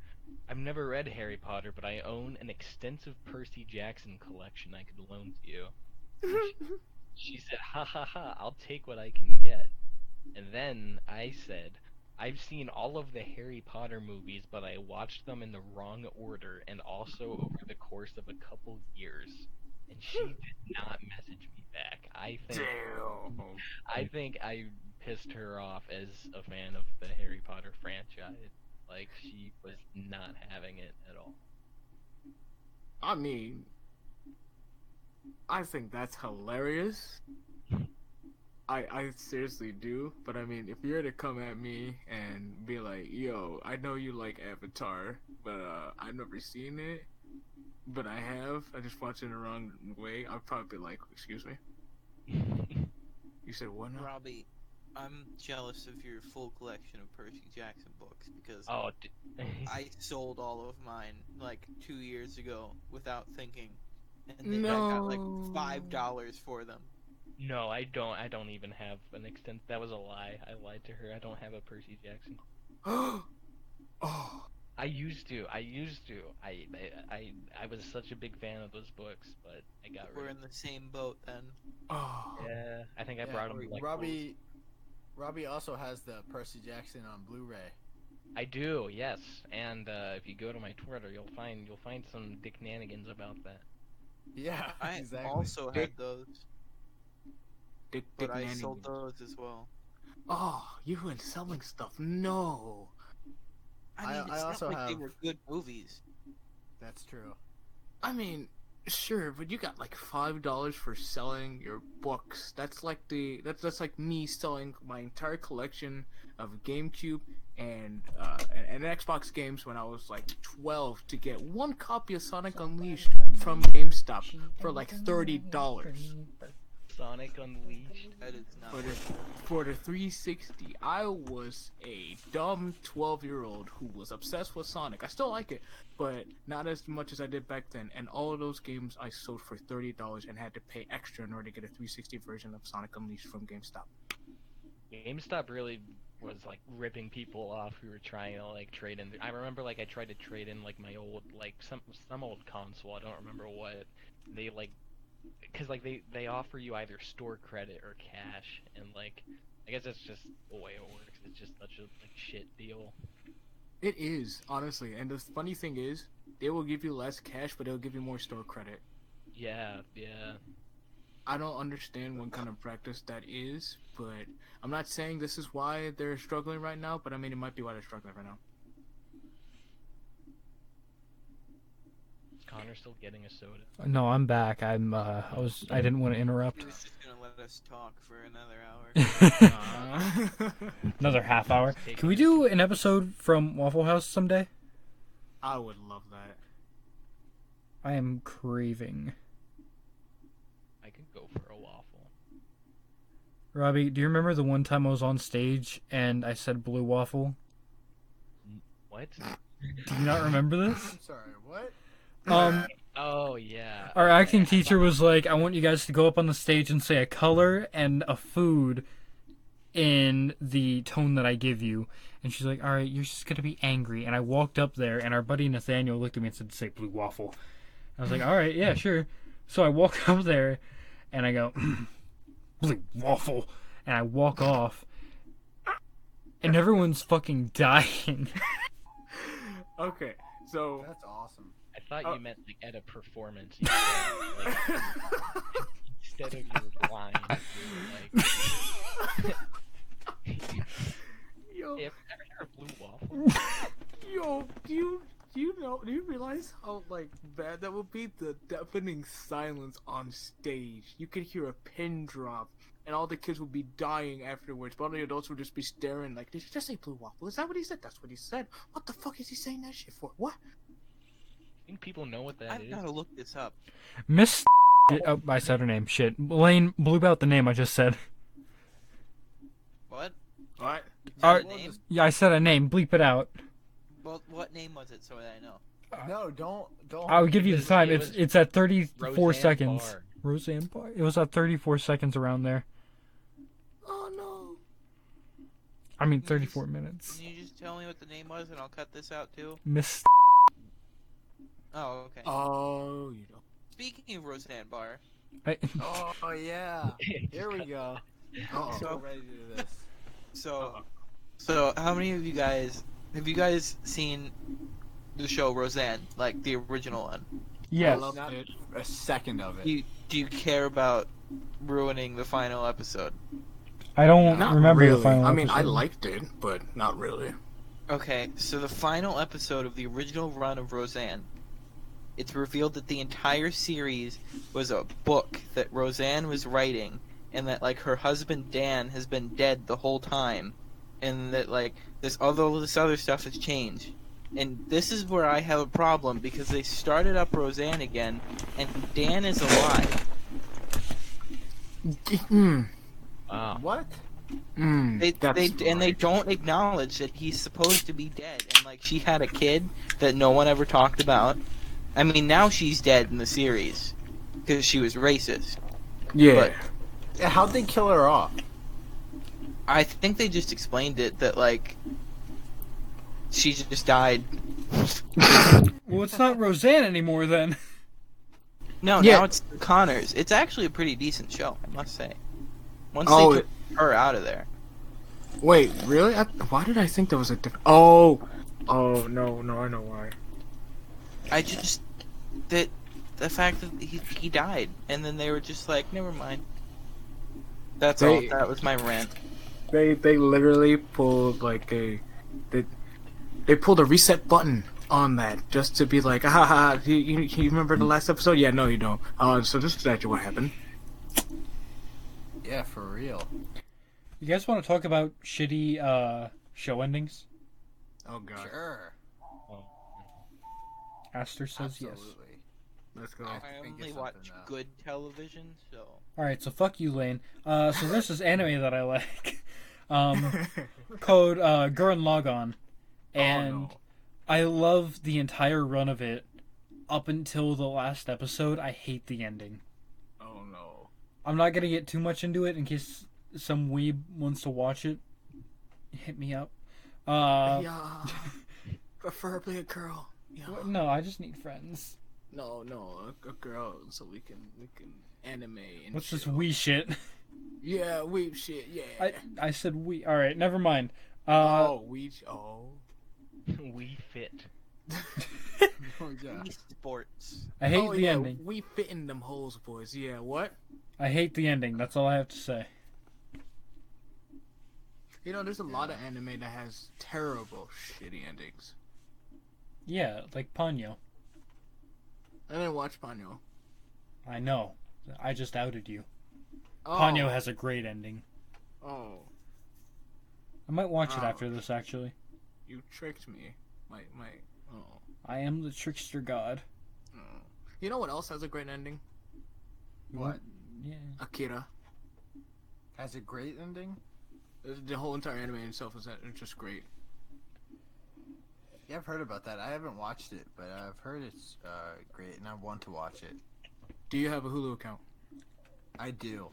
S2: "I've never read Harry Potter, but I own an extensive Percy Jackson collection. I could loan to you." She said, "Ha ha ha! I'll take what I can get." And then I said, I've seen all of the Harry Potter movies, but I watched them in the wrong order and also over the course of a couple years. And she did not message me back. I think I think I pissed her off as a fan of the Harry Potter franchise. Like she was not having it at all.
S4: I mean, I think that's hilarious. I I seriously do, but I mean, if you were to come at me and be like, "Yo, I know you like Avatar, but uh, I've never seen it, but I have. I just watched it the wrong way," I'd probably be like, "Excuse me." You said what? now?"
S5: Robbie, I'm jealous of your full collection of Percy Jackson books because
S2: oh, d-
S5: I sold all of mine like two years ago without thinking, and then I got
S4: No.
S5: like five dollars for them.
S2: no, I don't. I don't even have an extent. That was a lie. I lied to her. I don't have a Percy Jackson
S4: [gasps] oh,
S2: I used to. I used to. I, I I I was such a big fan of those books, but I got
S5: We're
S2: rid.
S5: in the same boat then.
S4: oh,
S2: of Yeah, I think I
S3: Yeah,
S2: brought them.
S3: wait,
S2: Like,
S3: Robbie, Robbie also has the Percy Jackson on Blu-ray. [laughs]
S2: I do. Yes, and uh, if you go to my Twitter, you'll find you'll find some Dick Nanigans about that.
S3: Yeah,
S5: I
S3: [laughs] exactly.
S5: also had
S4: Dick-
S5: those,
S4: Dick,
S5: but
S4: Dick
S5: I
S4: Nanny.
S5: sold those as well.
S4: Oh, you were selling stuff? No.
S5: I
S3: I-
S5: mean,
S3: I
S5: it's
S3: also
S5: not like
S3: have-
S5: they were good movies.
S3: That's true.
S4: I mean, sure, but you got like five dollars for selling your books. That's like the that's that's like me selling my entire collection of GameCube and uh, and, and Xbox games when I was like twelve to get one copy of Sonic Unleashed from GameStop for like thirty dollars
S2: Sonic Unleashed.
S5: That is not.
S4: for the for the 360. I was a dumb 12 year old who was obsessed with Sonic. I still like it, but not as much as I did back then. And all of those games I sold for thirty dollars and had to pay extra in order to get a 360 version of Sonic Unleashed from GameStop.
S2: GameStop really was like ripping people off who were trying to like trade in. I remember like I tried to trade in like my old like some some old console. I don't remember what they like because like they they offer you either store credit or cash, and like I guess that's just the way it works. It's just such a like shit deal.
S4: It is honestly, and the funny thing is, they will give you less cash, but they'll give you more store credit.
S2: Yeah, yeah.
S4: I don't understand what kind of practice that is, but I'm not saying this is why they're struggling right now, but I mean, it might be why they're struggling right now.
S2: Is Connor still getting a soda?
S1: No, I'm back. I'm. Uh, I was. I didn't want to [laughs] interrupt.
S5: He was just gonna let us talk for another hour.
S4: Uh,
S1: Another half hour. Can we do an episode from Waffle House someday?
S4: I would love that.
S1: I am craving.
S2: I could go for a waffle.
S1: Robbie, do you remember the one time I was on stage and I said blue waffle?
S2: What?
S1: Do you not remember this? [laughs]
S3: I'm sorry. What?
S1: Um,
S2: Oh yeah.
S1: our
S2: okay,
S1: acting
S2: I
S1: teacher
S2: thought-
S1: was like, I want you guys to go up on the stage and say a color and a food in the tone that I give you. And she's like, All right, you're just going to be angry. And I walked up there, and our buddy Nathaniel looked at me and said, Say blue waffle. I was like, All right, yeah, sure. So I walk [laughs] up there, and I go, [clears throat] Blue waffle. And I walk off, and everyone's fucking dying. [laughs]
S4: Okay, so [laughs]
S3: That's awesome.
S2: I thought
S4: Oh.
S2: you meant like at a performance you said, like, instead of your line. you were
S4: yo,
S2: Like, if ever blue waffle.
S4: yo, do you do you know? Do you realize how like bad that would be? The deafening silence on stage. You could hear a pin drop, and all the kids would be dying afterwards. But all the adults would just be staring, like, "Did you just say blue waffle? Is that what he said? That's what he said. What the fuck is he saying that shit for? What?"
S2: I think people know what [laughs] that
S5: I've
S2: is.
S5: gotta look this up.
S1: Miss. [laughs] Oh, I said her name. Shit. Lane blew out the name I just said.
S5: What?
S4: What?
S1: Are-
S5: a name?
S1: Yeah, I said a name. Bleep it out.
S5: Well, what name was it so that I know?
S3: No, don't don't.
S1: I'll give you
S2: It
S1: the
S2: was-
S1: time.
S2: it
S1: It's
S2: was
S1: it's at 34
S2: Roseanne
S1: seconds.
S2: Barr.
S1: Roseanne Barr. It was at 34 seconds around there.
S4: Oh no.
S1: I mean,
S5: Nice.
S1: 34 minutes.
S5: Can you just tell me what the name was and I'll cut this out too?
S1: Miss. [laughs]
S5: Oh, okay.
S2: Uh-huh.
S4: Oh, you know.
S5: Speaking of Roseanne Barr,
S1: I,
S3: [laughs] Oh yeah. Here we go. Oh,
S5: So-
S3: I'm so ready to
S5: [laughs]
S3: do this.
S5: so, so how many of you guys have you guys seen the show Roseanne, like the original one?
S1: yes.
S4: I loved
S3: Not-
S4: it.
S3: A second of
S5: Do you, do you care about ruining the final episode?
S1: I don't
S4: Not
S1: remember
S4: really.
S1: the final.
S4: I mean, I
S1: episode.
S4: liked it, but not really.
S5: Okay, so the final episode of the original run of Roseanne, it's revealed that the entire series was a book that Roseanne was writing, and that like her husband Dan has been dead the whole time, and that like this other this other stuff has changed. And this is where I have a problem because they started up Roseanne again, and Dan is alive.
S4: Mm,
S2: [laughs] Wow.
S3: What?
S4: mm,
S5: They,
S4: that's
S5: they and they
S4: right.
S5: don't acknowledge that he's supposed to be dead. And like she had a kid that no one ever talked about. I mean, now she's dead in the series because she was racist.
S4: Yeah.
S5: but-
S3: Yeah, How'd they kill her off?
S5: I think they just explained it that like she just died.
S1: Well, it's not Roseanne anymore then. [laughs]
S5: No,
S4: Yeah.
S5: now it's the Connors. It's actually a pretty decent show, I must say. Once
S4: Oh,
S5: they took her out of there,
S4: Wait, really? I, why did I think there was a different? Oh, oh no, no, I know why.
S5: I just that the fact that he he died, and then they were just like, never mind. That's all.
S4: They-
S5: That was my rant.
S4: They they literally pulled like a, they, they pulled a reset button on that just to be like, ah, ha, ha, you, you, you remember the last episode? Yeah, no, you don't. Uh, so this is actually what happened.
S3: Yeah, for real.
S1: You guys want to talk about shitty uh, show endings?
S4: Oh god,
S3: Sure.
S1: Aster says yes.
S3: Absolutely.
S5: [laughs]
S4: let's go.
S3: I
S5: I
S3: think
S5: only
S3: it's
S5: watch
S3: something, uh,
S5: good television, so
S1: All right, so fuck you, Lane. Uh, so there's this anime that I like, [laughs] um,
S4: Oh,
S1: called uh, Gurren Lagann, and I love the entire run of it up until the last episode. I hate the ending.
S3: Oh no.
S1: I'm not gonna get too much into it in case some weeb wants to watch it. Hit me up. Uh,
S4: yeah, preferably a girl. Yeah.
S1: w- no, I just need friends.
S4: No, no, a, a girl, so we can we can anime and
S1: What's this
S4: chill.
S1: wee shit?
S4: Yeah, weep shit. Yeah.
S1: I I said we. All right, never mind. Uh,
S4: oh, we. Oh.
S2: we fit.
S3: Oh, yeah.
S5: sports.
S1: I hate
S4: oh,
S1: the
S4: yeah,
S1: ending.
S4: We fit in them holes, boys. Yeah. What?
S1: I hate the ending. That's all I have to say.
S4: You know, there's a lot of anime that has terrible, shitty endings.
S1: Yeah, like Ponyo.
S4: I didn't watch Ponyo.
S1: I know. I just outed you.
S4: Oh.
S1: Ponyo has a great ending.
S4: Oh,
S1: I might watch it
S4: Oh.
S1: after this actually.
S4: you tricked me. My my. Oh.
S1: I am the trickster god.
S4: oh. You know what else has a great ending?
S3: What?
S1: Yeah.
S4: Akira.
S3: Has a great ending?
S4: The the whole entire anime itself is it's just great.
S3: Yeah, I've heard about that. I haven't watched it, but I've heard it's uh, great, and I want to watch it.
S4: Do you have a Hulu account?
S3: I do.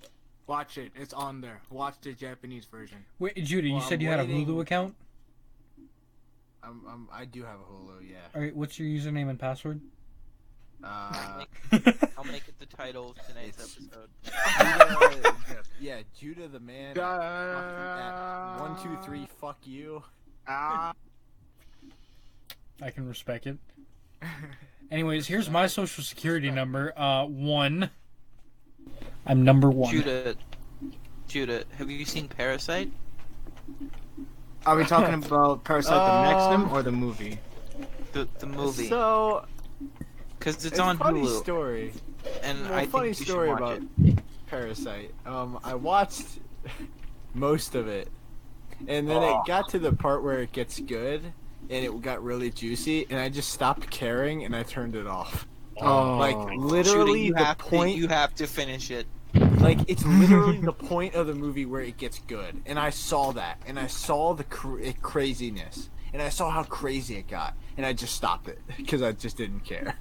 S4: Watch it. It's on there. Watch the Japanese version.
S1: Wait, Judy,
S3: Well,
S1: you
S3: I'm
S1: said you had a
S3: waiting.
S1: Hulu account.
S3: I'm, I'm, I do have a Hulu.
S5: [laughs]
S3: Yeah.
S1: All right, what's your username and
S3: [laughs]
S1: password?
S3: Uh,
S5: I'll make it the title of tonight's
S3: It's-
S5: episode.
S3: Judah, yeah, Judah the man. at One, two, three. Fuck you.
S4: [laughs] Ah.
S1: I can respect it. Anyways, here's my social security number. Uh, one. I'm number one.
S3: e-
S5: Judah, Judah, have you seen Parasite?
S4: Are we talking about Parasite the next
S3: Um,
S4: one or the movie?
S5: The the movie,
S3: So
S5: because it's, on
S3: funny
S5: Hulu,
S3: story.
S5: and
S3: Well,
S5: I think
S3: funny
S5: you should
S3: story
S5: watch
S3: about
S5: it.
S3: Parasite. Um, I watched [laughs] most of it, and then
S5: Oh.
S3: it got to the part where it gets good, and it got really juicy, and I just stopped caring and I turned it off.
S4: Oh,
S3: Like
S2: my
S3: literally
S5: Judah, you
S3: the
S5: have
S3: point.
S5: to, you have to finish it.
S3: Like it's literally the point of the movie where it gets good, and I saw that, and I saw the cr- eh, craziness, and I saw how crazy it got, and I just stopped it [laughs] because I just didn't care.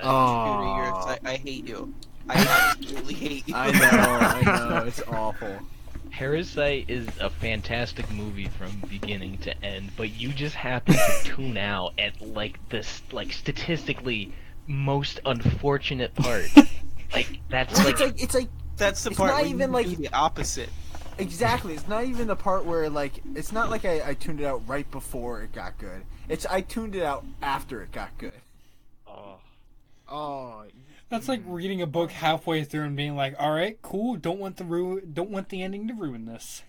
S5: Scooter, you're
S4: Oh,
S5: upset. I hate you. I absolutely hate you.
S3: [laughs] I know, I [laughs] know, it's awful.
S2: Parasite is a fantastic movie from beginning to end, but you just happen
S3: [laughs]
S2: to tune out at like this like statistically most
S3: [laughs]
S2: unfortunate part. like that's
S3: Well,
S2: like
S3: it's like it's like
S5: [laughs] That's the
S3: It's
S5: part
S3: not
S5: where you
S3: even, like-
S5: do the opposite.
S3: exactly. It's not even the part where like it's not like I, I tuned it out right before it got good. It's I tuned it out after it got good.
S2: oh,
S4: oh,
S1: That's like reading a book halfway through and being like, "All right, cool. Don't want the ru- don't want the ending to ruin this."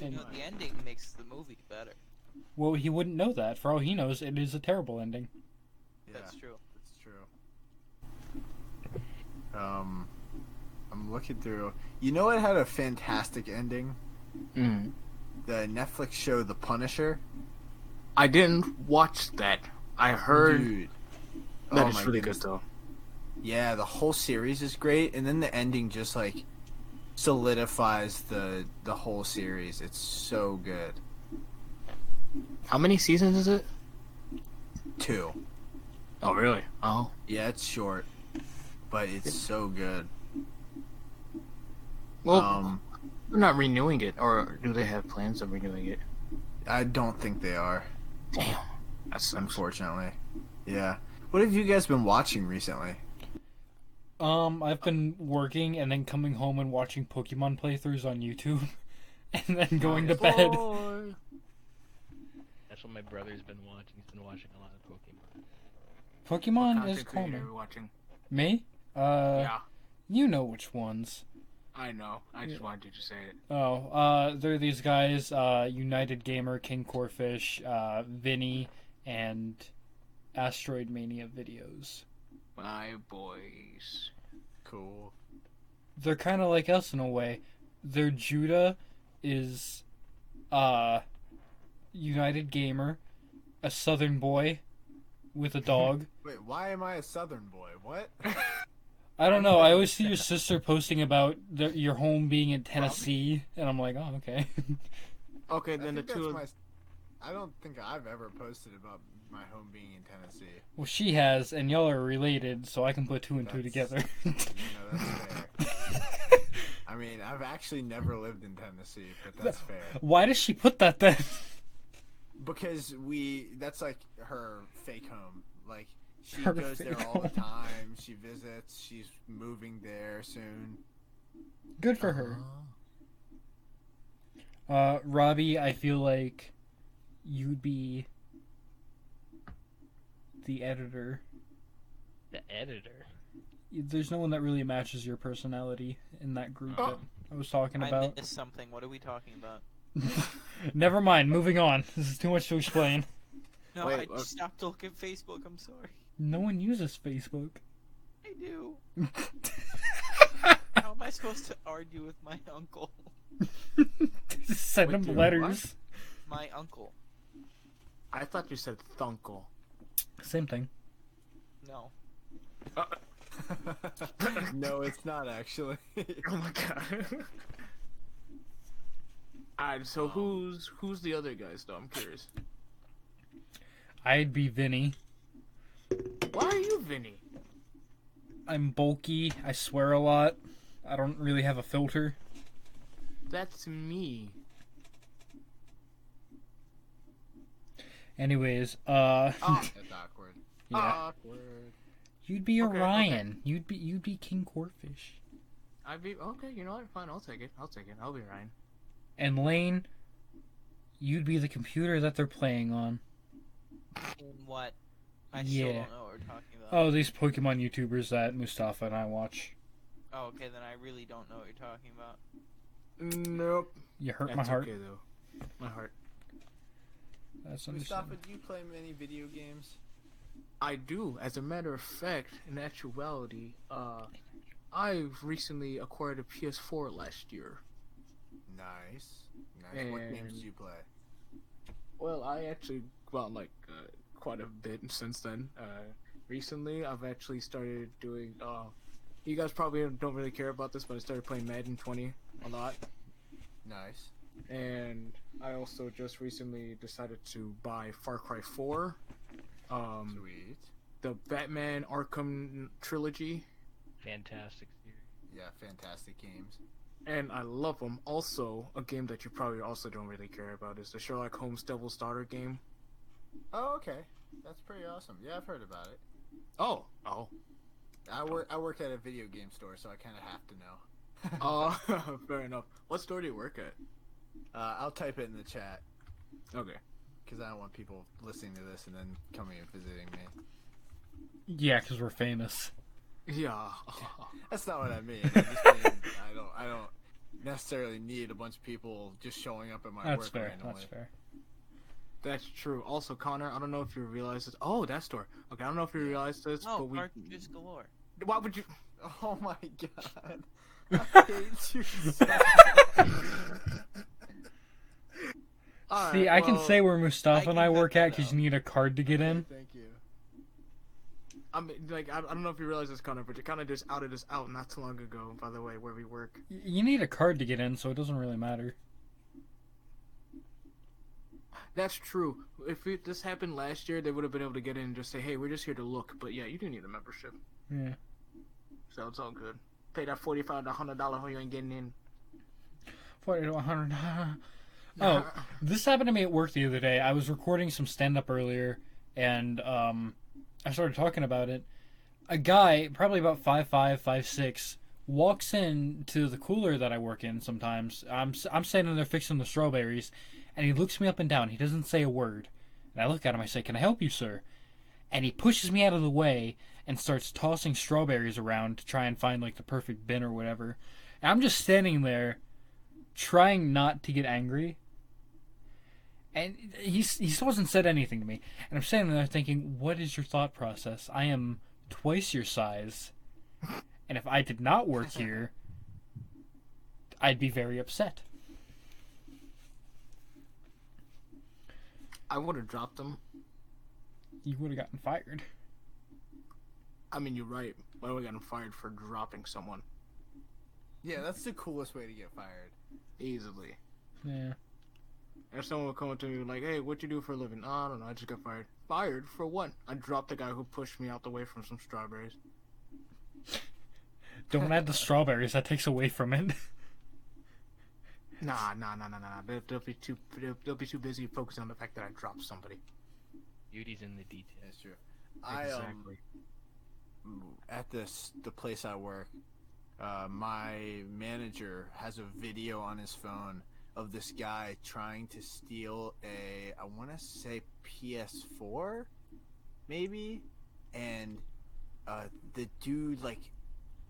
S5: You know, the ending makes the movie better.
S1: Well, he wouldn't know that. For all he knows, it is a terrible ending.
S3: Yeah,
S5: That's true.
S3: that's true. Um, I'm looking through. You know, it had a fantastic ending.
S4: mm.
S3: The Netflix show The Punisher.
S4: I didn't watch that. I heard
S3: Dude.
S4: that
S3: Oh
S4: it's
S3: my
S4: really
S3: goodness.
S4: good though.
S3: Yeah, the whole series is great, and then the ending just like solidifies the the whole series. It's so good.
S4: How many seasons is it?
S3: Two.
S4: Oh, really? Oh,
S3: Yeah, it's short, but it's so good.
S4: well,
S3: Um,
S4: they're not renewing it, or do they have plans of renewing it?
S3: I don't think they are,
S4: Damn, that's unfortunate.
S3: unfortunately. Yeah. What have you guys been watching recently?
S1: Um, I've been working and then coming home and watching Pokemon playthroughs on YouTube, [laughs] and then going to bed.
S2: that's what my brother's been watching. He's been watching a lot of Pokemon.
S1: Pokemon is common.
S4: watching.
S1: Me? Uh,
S4: yeah,
S1: you know which ones.
S4: I know. I just wanted you to say it.
S1: Oh, uh, there are these guys, uh, United Gamer, King Corfish, uh, Vinny, and Asteroid Mania videos.
S4: My boys.
S3: Cool.
S1: they're kind of like us in a way. Their Judah is uh United Gamer, a southern boy with a dog.
S3: Wait, why am I a Southern boy?
S4: [laughs]
S3: What?
S1: I don't know. I always see your sister posting about their, your home being in Tennessee, and I'm like, oh, okay. [laughs]
S4: Okay,
S3: I
S4: then the
S3: think
S4: two of
S3: that's my- I don't think I've ever posted about my home being in Tennessee.
S1: well, she has, and y'all are related, so I can put two and two
S3: That's-
S1: together. [laughs]
S3: You know,
S4: [laughs]
S3: that's fair. I mean, I've actually never lived in Tennessee, but that's fair.
S1: Why does she put that then?
S3: Because we, that's like her fake home. Like, she
S1: Her
S3: goes there
S1: fake
S3: all the
S1: home.
S3: time. She visits. She's moving there soon. [laughs]
S1: Good for her. Uh, Robbie, I feel like you'd be the editor.
S2: The editor.
S1: There's no one that really matches your personality in that group
S2: Oh.
S1: that I was talking
S5: I
S1: about.
S5: missed something. What are we talking about?
S1: [laughs] Never mind, moving on. This is too much to explain.
S5: No,
S4: Wait,
S5: I
S4: what?
S5: just stopped looking at Facebook. I'm sorry.
S1: No one uses Facebook. [laughs]
S5: I do. How am I supposed to argue with my uncle?
S1: Send
S4: Wait,
S1: them
S4: dude,
S1: letters.
S5: My uncle.
S4: I thought you said Thunkle.
S1: Same thing.
S5: No.
S3: no, it's not
S4: [laughs]
S3: actually.
S4: Oh my god.
S3: [laughs]
S4: Alright, so who's who's the other guys though? I'm curious.
S1: I'd be Vinny.
S4: Why are you Vinny?
S1: I'm bulky. I swear a lot. I don't really have a filter.
S4: That's me.
S1: Anyways, uh,
S4: Ah,
S3: that's awkward.
S1: yeah.
S4: awkward.
S1: You'd be
S4: uh, Okay, okay.
S1: Orion. You'd be you'd be King Corfish.
S4: I'd be okay. You know what? Fine. I'll take it. I'll take it. I'll be Ryan.
S1: And Lane, you'd be the computer that they're playing on.
S5: In what? I
S1: Yeah.
S5: still don't know what we're talking about.
S1: Oh, these Pokemon YouTubers that Mustafa and I watch.
S5: Oh. okay, then I really don't know what you're talking about.
S4: Nope.
S1: You hurt
S4: That's
S1: my heart.
S4: okay though. My heart.
S1: That's
S3: Mustafa,
S1: understandable.
S3: do you play many video games?
S4: I do. As a matter of fact, in actuality, uh, I've recently acquired a PS4 last year.
S3: Nice. Nice. What games
S4: And-
S3: do you play?
S4: Well, I actually well like uh, quite a bit since then. Uh, recently, I've actually started doing uh, You guys probably don't really care about this, but I started playing Madden 20 a lot,
S3: Nice.
S4: and I also just recently decided to buy Far Cry 4, um,
S3: Sweet.
S4: the Batman Arkham trilogy,
S2: Fantastic series.
S3: Yeah, fantastic games.
S4: and I love them. Also, a game that you probably also don't really care about is the Sherlock Holmes Devil's Daughter game.
S3: Oh, okay. That's pretty awesome. Yeah, I've heard about it.
S4: Oh, oh,
S3: I work I work at a video game store, so I kind of have to know.
S4: uh, [laughs] fair enough. What store do you work at?
S3: uh, I'll type it in the chat
S4: Okay.
S3: because I don't want people listening to this and then coming and visiting me.
S1: Yeah, because we're famous.
S4: Yeah. [laughs]
S3: That's not what I mean. I,
S1: [laughs]
S3: just mean I don't I don't necessarily need a bunch of people just showing up at my
S1: That's
S3: work
S1: fair.
S3: randomly.
S1: That's fair.
S4: That's true. Also, Connor, I don't know if you realize this. Oh, that store. Okay, I don't know if you realize this,
S5: No,
S4: but we.
S5: cartridges Oh, galore.
S4: Why would you?
S3: [laughs] Oh my god.
S1: [laughs]
S3: I hate you so
S4: [laughs]
S3: much.
S4: All
S1: See,
S4: right,
S1: I can
S4: well,
S1: say where Mustafa
S4: I
S1: and I
S4: can
S1: work
S4: cut
S1: at
S4: that
S1: because
S4: out.
S1: you need a card to get in.
S3: Thank you.
S4: I'm like, I, I don't know if you realize this, Connor, but you kind of just outed us out not too long ago. By the way, where we work.
S1: Y- You need a card to get in, so it doesn't really matter.
S4: That's true. If it, this happened last year, they would have been able to get in and just say, "Hey, we're just here to look." But yeah, you do need a membership,
S1: Yeah.
S4: so it's all good. Pay that forty-five to hundred dollar or you ain't getting in.
S1: Forty to one hundred. [laughs] oh, this happened to me at work the other day. I was recording some stand up earlier, and um, I started talking about it. A guy, probably about five five, five six, walks in to the cooler that I work in. Sometimes I'm s- I'm standing there fixing the strawberries, and he looks me up and down. He doesn't say a word, and I look at him. I say, "Can I help you, sir?" And he pushes me out of the way and starts tossing strawberries around to try and find like the perfect bin or whatever. And I'm just standing there, trying not to get angry and he he still hasn't said anything to me. And I'm standing there thinking, what is your thought process? I am twice your size, and if I did not work here, I'd be very upset.
S4: I would have dropped them.
S1: You would have gotten fired.
S4: I mean, you're right. Why would I get fired for dropping someone
S3: Yeah, that's the coolest way to get fired.
S4: easily?
S1: Yeah.
S4: If someone would come up to me like, "Hey, what you do for a living?" "Oh, I don't know. I just got fired. Fired for what? I dropped the guy who pushed me out the way from some strawberries.
S1: Don't add the strawberries. That takes away from it.
S4: Nah, nah, nah, nah, nah. nah. They'll, they'll be too. They'll, they'll be too busy focusing on the fact that I dropped somebody.
S2: Beauty's in the details.
S3: That's true. I um, at this the place I work, uh, my manager has a video on his phone of this guy trying to steal a I want to say PS4, maybe, and uh, the dude like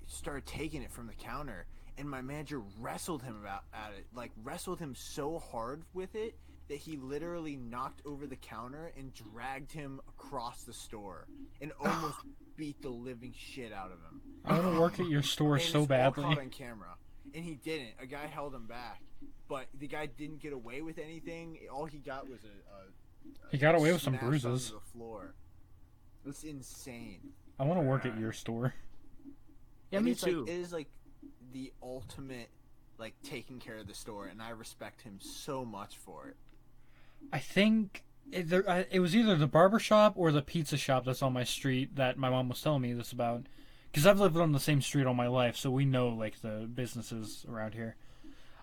S3: started taking it from the counter, and my manager wrestled him about at it, like wrestled him so hard with it that he literally knocked over the counter and dragged him across the store
S1: [sighs]
S3: and almost beat the living shit out of him.
S1: I want to work at your store
S3: And it's
S1: so
S3: all
S1: [laughs]
S3: Caught
S1: badly.
S3: on camera, and he didn't. A guy held him back, but the guy didn't get away with anything. All he got was a. a, a
S1: He got away with some
S3: smash onto
S1: bruises.
S3: The floor. It's insane.
S1: I want to work at your store.
S4: Yeah,
S3: It
S4: me
S3: is, like-
S4: too.
S3: it is like the ultimate, like taking care of the store, and I respect him so much for it.
S1: I think it, there, I, it was either the barber shop or the pizza shop that's on my street that my mom was telling me this about. Because I've lived on the same street all my life, so we know like the businesses around here.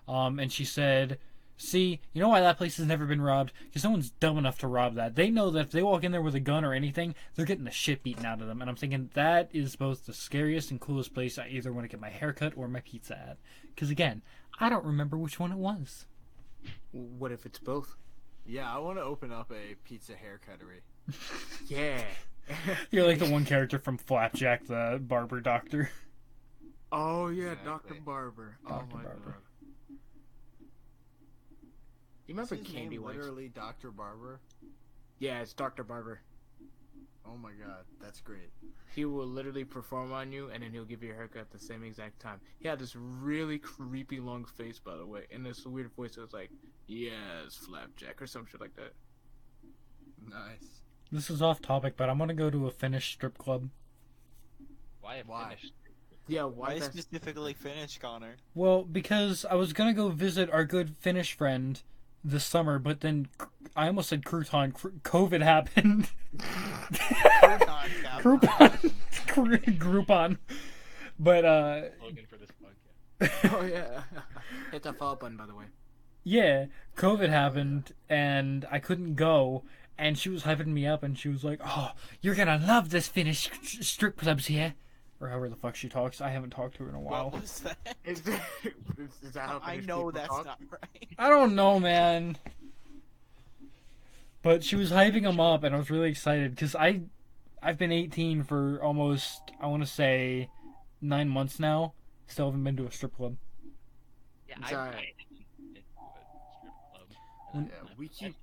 S1: Um, and she said, "See, you know why that place has never been robbed? Because no one's dumb enough to rob that. They know that if they walk in there with a gun or anything, they're getting the shit beaten out of them." And I'm thinking that is both the scariest and coolest place I either want to get my haircut or my pizza at. Because again, I don't remember which one it was.
S4: What if it's both?
S3: Yeah, I want to open up a pizza haircuttery.
S4: Yeah.
S1: You're like the one character from Flapjack, the barber doctor.
S4: oh yeah,
S3: Exactly.
S4: Doctor Barber.
S1: Dr.
S4: Oh my
S1: Barber.
S4: god. You remember
S3: Is his
S4: Candy
S3: name
S4: Wipes?
S3: literally Doctor Barber.
S4: Yeah, it's Doctor Barber.
S3: Oh my god, that's great.
S4: He will literally perform on you, and then he'll give you a haircut at the same exact time. He had this really creepy long face, by the way, and this weird voice that was like, "Yes, Flapjack" or some shit like that.
S3: Nice.
S1: This is off topic, but I'm gonna go to a Finnish strip club
S2: Why have
S3: Why?
S2: finished?
S4: Yeah, why
S5: Why
S4: that's
S5: specifically Finnish, Connor?
S1: Well, because I was gonna go visit our good Finnish friend this summer, but then cr- I almost said crouton. Cr- COVID happened. [laughs]
S5: Crouton, Captain.
S1: Groupon. Gr- Groupon. But uh,
S2: Logan for this podcast.
S4: [laughs] oh yeah. Hit that follow button by the way.
S1: yeah, COVID happened, and I couldn't go. And she was hyping me up, and she was like, "Oh, you're gonna love this Finnish st- strip clubs here." Or however the fuck she talks. I haven't talked to her in a while.
S5: What was that?
S4: Is, that- is that how
S5: [laughs] I
S4: British
S5: know
S4: people
S5: that's
S4: talk?
S5: not right.
S1: I don't know, man. But she was hyping him up, and I was really excited because I, I've been 18 for almost I want to say nine months now. Still haven't been to a strip club.
S2: Yeah,
S4: It's
S2: I, I
S4: alright.
S2: didn't get to a strip club.
S3: Yeah,
S2: And I- [laughs]
S3: we keep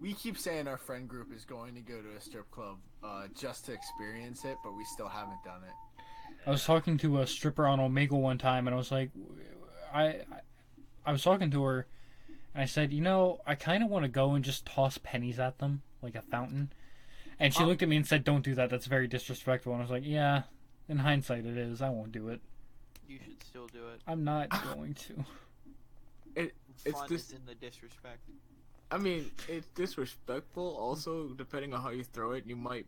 S3: we keep saying our friend group is going to go to a strip club uh, just to experience it, but we still haven't done it.
S1: I was talking to a stripper on Omega one time, and I was like, I, I, I was talking to her, and I said, you know, I kind of want to go and just toss pennies at them like a fountain. And she looked at me and said, "Don't do that. That's very disrespectful." And I was like, "Yeah, in hindsight, it is. I won't do it.
S5: You should still do it.
S1: I'm not going to."
S4: It's
S5: Fun
S4: just-
S5: is in the disrespect.
S4: I mean, it's disrespectful also depending on how you throw it, you might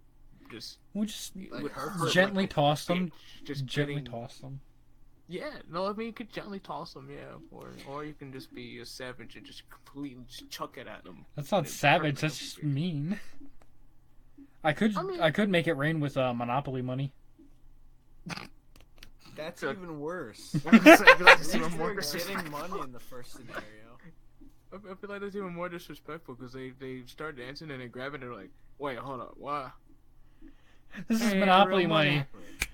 S4: just
S1: We'll just
S4: like,
S3: Like,
S4: hurt like
S1: gently
S4: a
S1: toss them.
S4: bitch, Just
S1: gently
S4: getting-
S1: toss them.
S4: Yeah, no, I mean you could gently toss them, yeah, or or you can just be a savage and just completely just chuck it at them.
S1: That's not
S4: It's
S1: savage.
S4: perfect.
S1: That's just mean. [laughs] I could I,
S4: I mean-
S1: could make it rain with uh, Monopoly money. [laughs]
S3: That's
S4: Good.
S5: [laughs]
S3: even worse.
S4: [laughs] I feel like that's
S3: At
S4: even
S3: least
S4: more
S3: we're getting
S4: disrespectful.
S3: money in the first scenario.
S4: I I feel like that's even more disrespectful because they they start dancing and they grab it and they're like, wait, hold on, why?
S1: This is
S4: Hey,
S1: Monopoly
S4: real
S1: money.
S4: money.
S1: You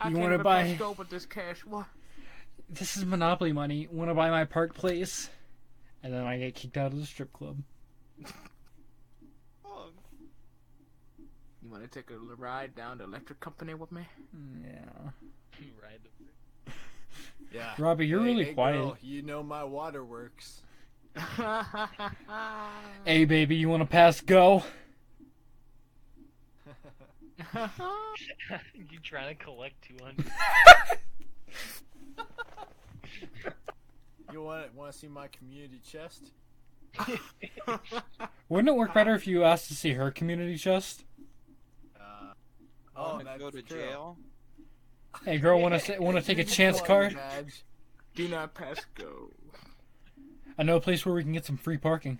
S4: I can't
S1: wanna
S4: even
S1: buy-
S4: press go with this cash. What?
S1: This is Monopoly money. Want to buy my park place? And then I get kicked out of the strip club.
S5: Oh,
S4: You want to take a little ride down to Electric Company with me? [laughs]
S1: Yeah.
S2: ride the
S3: Yeah.
S1: Robbie, you're
S3: Hey-
S1: really
S3: hey,
S1: quiet.
S3: girl, you know my waterworks. [laughs]
S1: Hey, baby, you want to pass go?
S2: [laughs] you trying to collect 200
S3: you want want to see my community chest?
S1: Wouldn't it work better if you asked to see her community chest?
S3: Uh,
S5: I'm
S3: oh,
S5: gonna
S3: that's
S5: go to
S3: true.
S5: jail.
S1: Hey, girl, want to want to take a
S3: Just
S1: chance
S3: one
S1: card?
S3: [laughs] badge.
S4: Do not pass go.
S1: I know a place where we can get some free parking.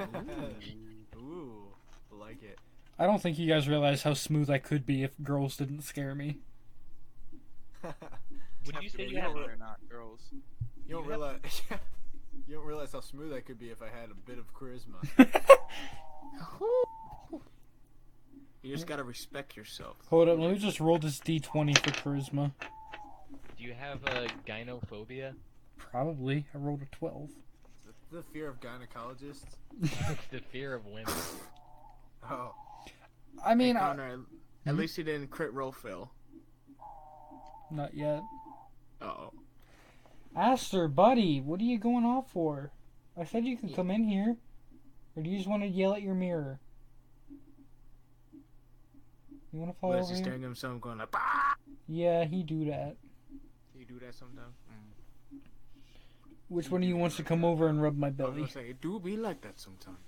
S3: Ooh, I like it.
S1: I don't think you guys realize how smooth I could be if girls didn't scare
S4: [laughs]
S1: me.
S5: [laughs]
S2: Would
S5: Have
S2: you
S5: to
S2: say
S5: be
S2: you have
S5: girl
S2: a-
S5: or not, girls?
S3: you don't
S2: You have-
S3: realize. [laughs] You don't realize how smooth I could be if I had a bit of charisma.
S4: You just gotta respect yourself.
S1: Hold up, let me just roll this d20 for charisma.
S2: Do you have a gynophobia? [laughs]
S1: Probably. I rolled a 12.
S3: the fear of gynecologists.
S2: It's the fear of women.
S3: Oh,
S1: I mean,
S4: Hey,
S1: I- Mm-hmm.
S4: Connor, at least you didn't crit roll fail.
S1: not yet.
S4: Oh,
S1: Aster, buddy, what are you going off for? I said you could come in here. Or do you just want to yell at your mirror? You want to fly
S4: what is
S1: over
S4: he
S1: here?
S4: staring at himself going like? Bah!
S1: Yeah, he do that.
S4: You do that sometimes. Mm.
S1: Which one of you wants to come over and rub my
S4: I was gonna
S1: belly?
S4: say, it do be like that sometimes.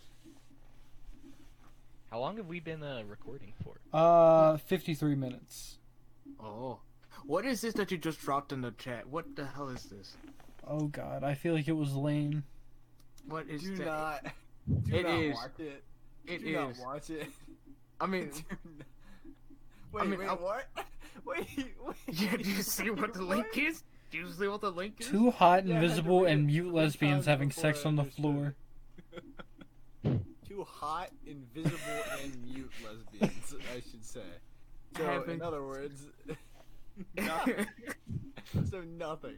S2: How long have we been uh, recording for?
S1: Uh, 53 minutes.
S4: Oh, what is this that you just dropped in the chat? What the hell is this?
S1: Oh god, I feel like it was lame.
S4: What is
S3: do
S4: that?
S3: not, do
S4: It
S3: not
S4: is.
S3: watch it.
S4: It
S3: do not
S4: is.
S3: watch it. [laughs]
S4: I
S3: Do
S4: mean, [laughs]
S3: not- Wait,
S4: mean,
S3: wait,
S4: I-
S3: what? [laughs] Wait, wait.
S4: yeah. Do you see what the link is? Do you see what the link is?
S1: Two hot,
S3: Yeah, I had to
S1: invisible,
S3: read it
S1: and mute
S3: three
S1: lesbians
S3: times
S1: having
S3: before
S1: sex
S3: I
S1: on the
S3: understood
S1: floor.
S3: Two hot, invisible, and mute lesbians, I should say. So,
S4: Having-
S3: in other words, [laughs]
S4: [laughs]
S3: so nothing.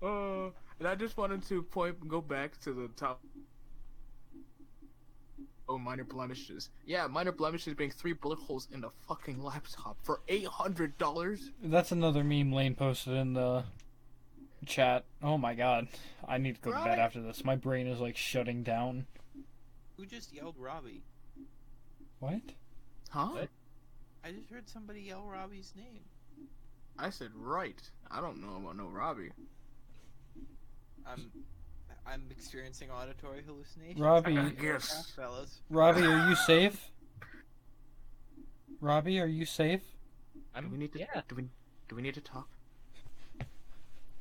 S4: Uh, and I just wanted to point go back to the top. Oh, minor blemishes. Yeah, minor blemishes being three bullet holes in the fucking laptop for eight hundred dollars.
S1: That's another meme Lane posted in the chat. Oh my god. I need to go to bed
S5: Right.
S1: after this. My brain is like shutting down.
S5: Who just yelled Robbie?
S1: What?
S4: Huh?
S2: What?
S5: I just heard somebody yell Robbie's name.
S4: I said right. I don't know about no Robbie.
S5: I'm I'm experiencing auditory hallucinations.
S4: I
S1: Robbie,
S5: Ah,
S4: guess.
S5: fellas.
S1: Robbie,
S3: [laughs]
S1: are you safe? Robbie, are you safe?
S4: Do
S2: I'm,
S4: we need to?
S2: yeah.
S4: Do we? Do we need to talk?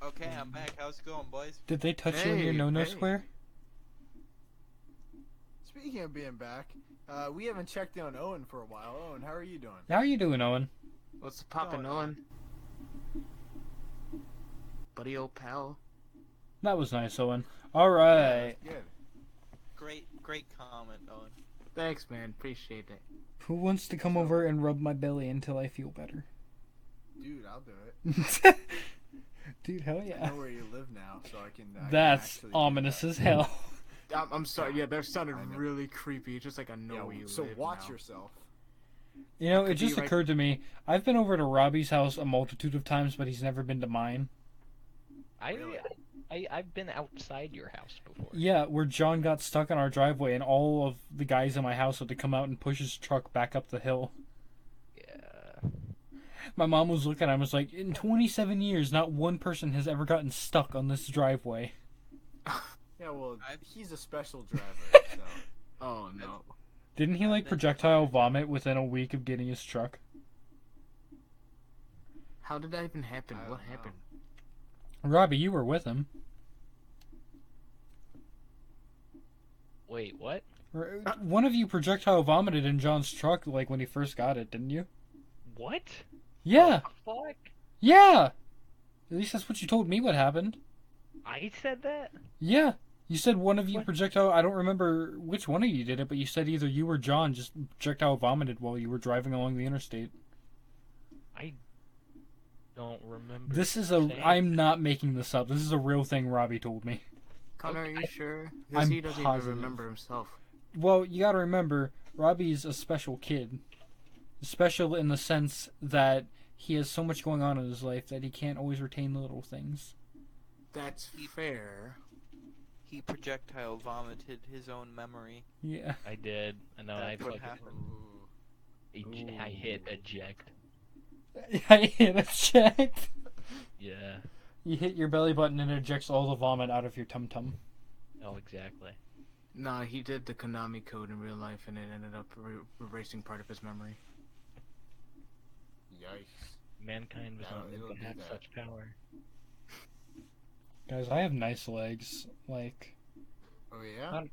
S5: Okay, I'm back. How's it going, boys?
S1: Did they touch you in your
S4: Hey,
S1: no-no
S4: hey.
S1: square?
S3: Speaking of being back, uh, we haven't checked in on Owen for a while. Owen, how are you doing?
S1: How are you doing, Owen?
S4: What's the poppin'
S3: Going
S4: on? Buddy old pal.
S1: That was nice, Owen. All right.
S3: Good.
S5: Great, great comment, Owen.
S4: Thanks, man. Appreciate it.
S1: Who wants to come over and rub my belly until I feel better? [laughs]
S3: Dude, I'll do it.
S1: Dude, hell
S3: I
S1: yeah.
S3: know where you live now, so I can. I can
S1: That's
S3: actually uh, do
S1: ominous
S3: that.
S1: as hell.
S4: I'm, I'm sorry. Yeah, that sounded
S3: I know.
S4: really creepy. Just like I know
S3: Yeah,
S4: where you
S3: so
S4: live
S3: watch
S4: now.
S3: yourself.
S1: You know,
S4: could
S1: it
S4: be
S1: just
S4: right-
S1: occurred to me. I've been over to Robbie's house a multitude of times, but he's never been to mine.
S2: I,
S3: Really?
S2: I, I've been outside your house before.
S1: Yeah, where John got stuck in our driveway, and all of the guys in my house had to come out and push his truck back up the hill.
S2: Yeah.
S1: My mom was looking at him, was like, "In 27 years, not one person has ever gotten stuck on this driveway."
S3: Yeah, well,
S5: I've-
S3: he's a special driver. [laughs] so.
S4: Oh no.
S1: Didn't he like projectile vomit within a week of getting his truck?
S4: How did that even happen?
S3: I
S4: What
S3: don't know.
S4: happened?
S1: Robbie, you were with him.
S2: Wait, what?
S1: Or- One of you projectile vomited in John's truck, like when he first got it, didn't you?
S2: What?
S1: Yeah,
S2: Fuck.
S1: yeah. At least that's what you told me. What happened?
S2: I said that?
S1: Yeah. You said one of you
S2: What?
S1: projectile. I don't remember which one of you did it, but you said either you or John just projectile vomited while you were driving along the interstate.
S2: I don't remember.
S1: This is a.
S2: saying-
S1: I'm not making this up. This is a real thing Robbie told me.
S4: Connor, are you
S2: Okay.
S4: sure? Because
S1: I'm
S4: he doesn't
S1: positive.
S4: even remember himself.
S1: Well, you gotta remember, Robbie's a special kid. Special in the sense that he has so much going on in his life that he can't always retain the little things.
S4: That's fair.
S5: He projectile vomited his own memory.
S1: Yeah. [laughs]
S2: I did. I know. Oh, I
S5: That's what
S2: fucking
S5: happened.
S3: Ooh.
S2: ej- I hit eject.
S1: I hit eject.
S2: Yeah.
S1: You hit your belly button and it ejects all the vomit out of your tum tum.
S2: Oh, exactly.
S4: Nah, he did the Konami code in real life, and it ended up re- erasing part of his memory.
S3: Yikes.
S2: Mankind was
S3: No,
S2: not
S3: they
S2: meant to
S3: don't do
S2: have
S3: that.
S2: such power.
S1: Guys, I have nice legs. Like,
S3: Oh yeah.
S2: Huh?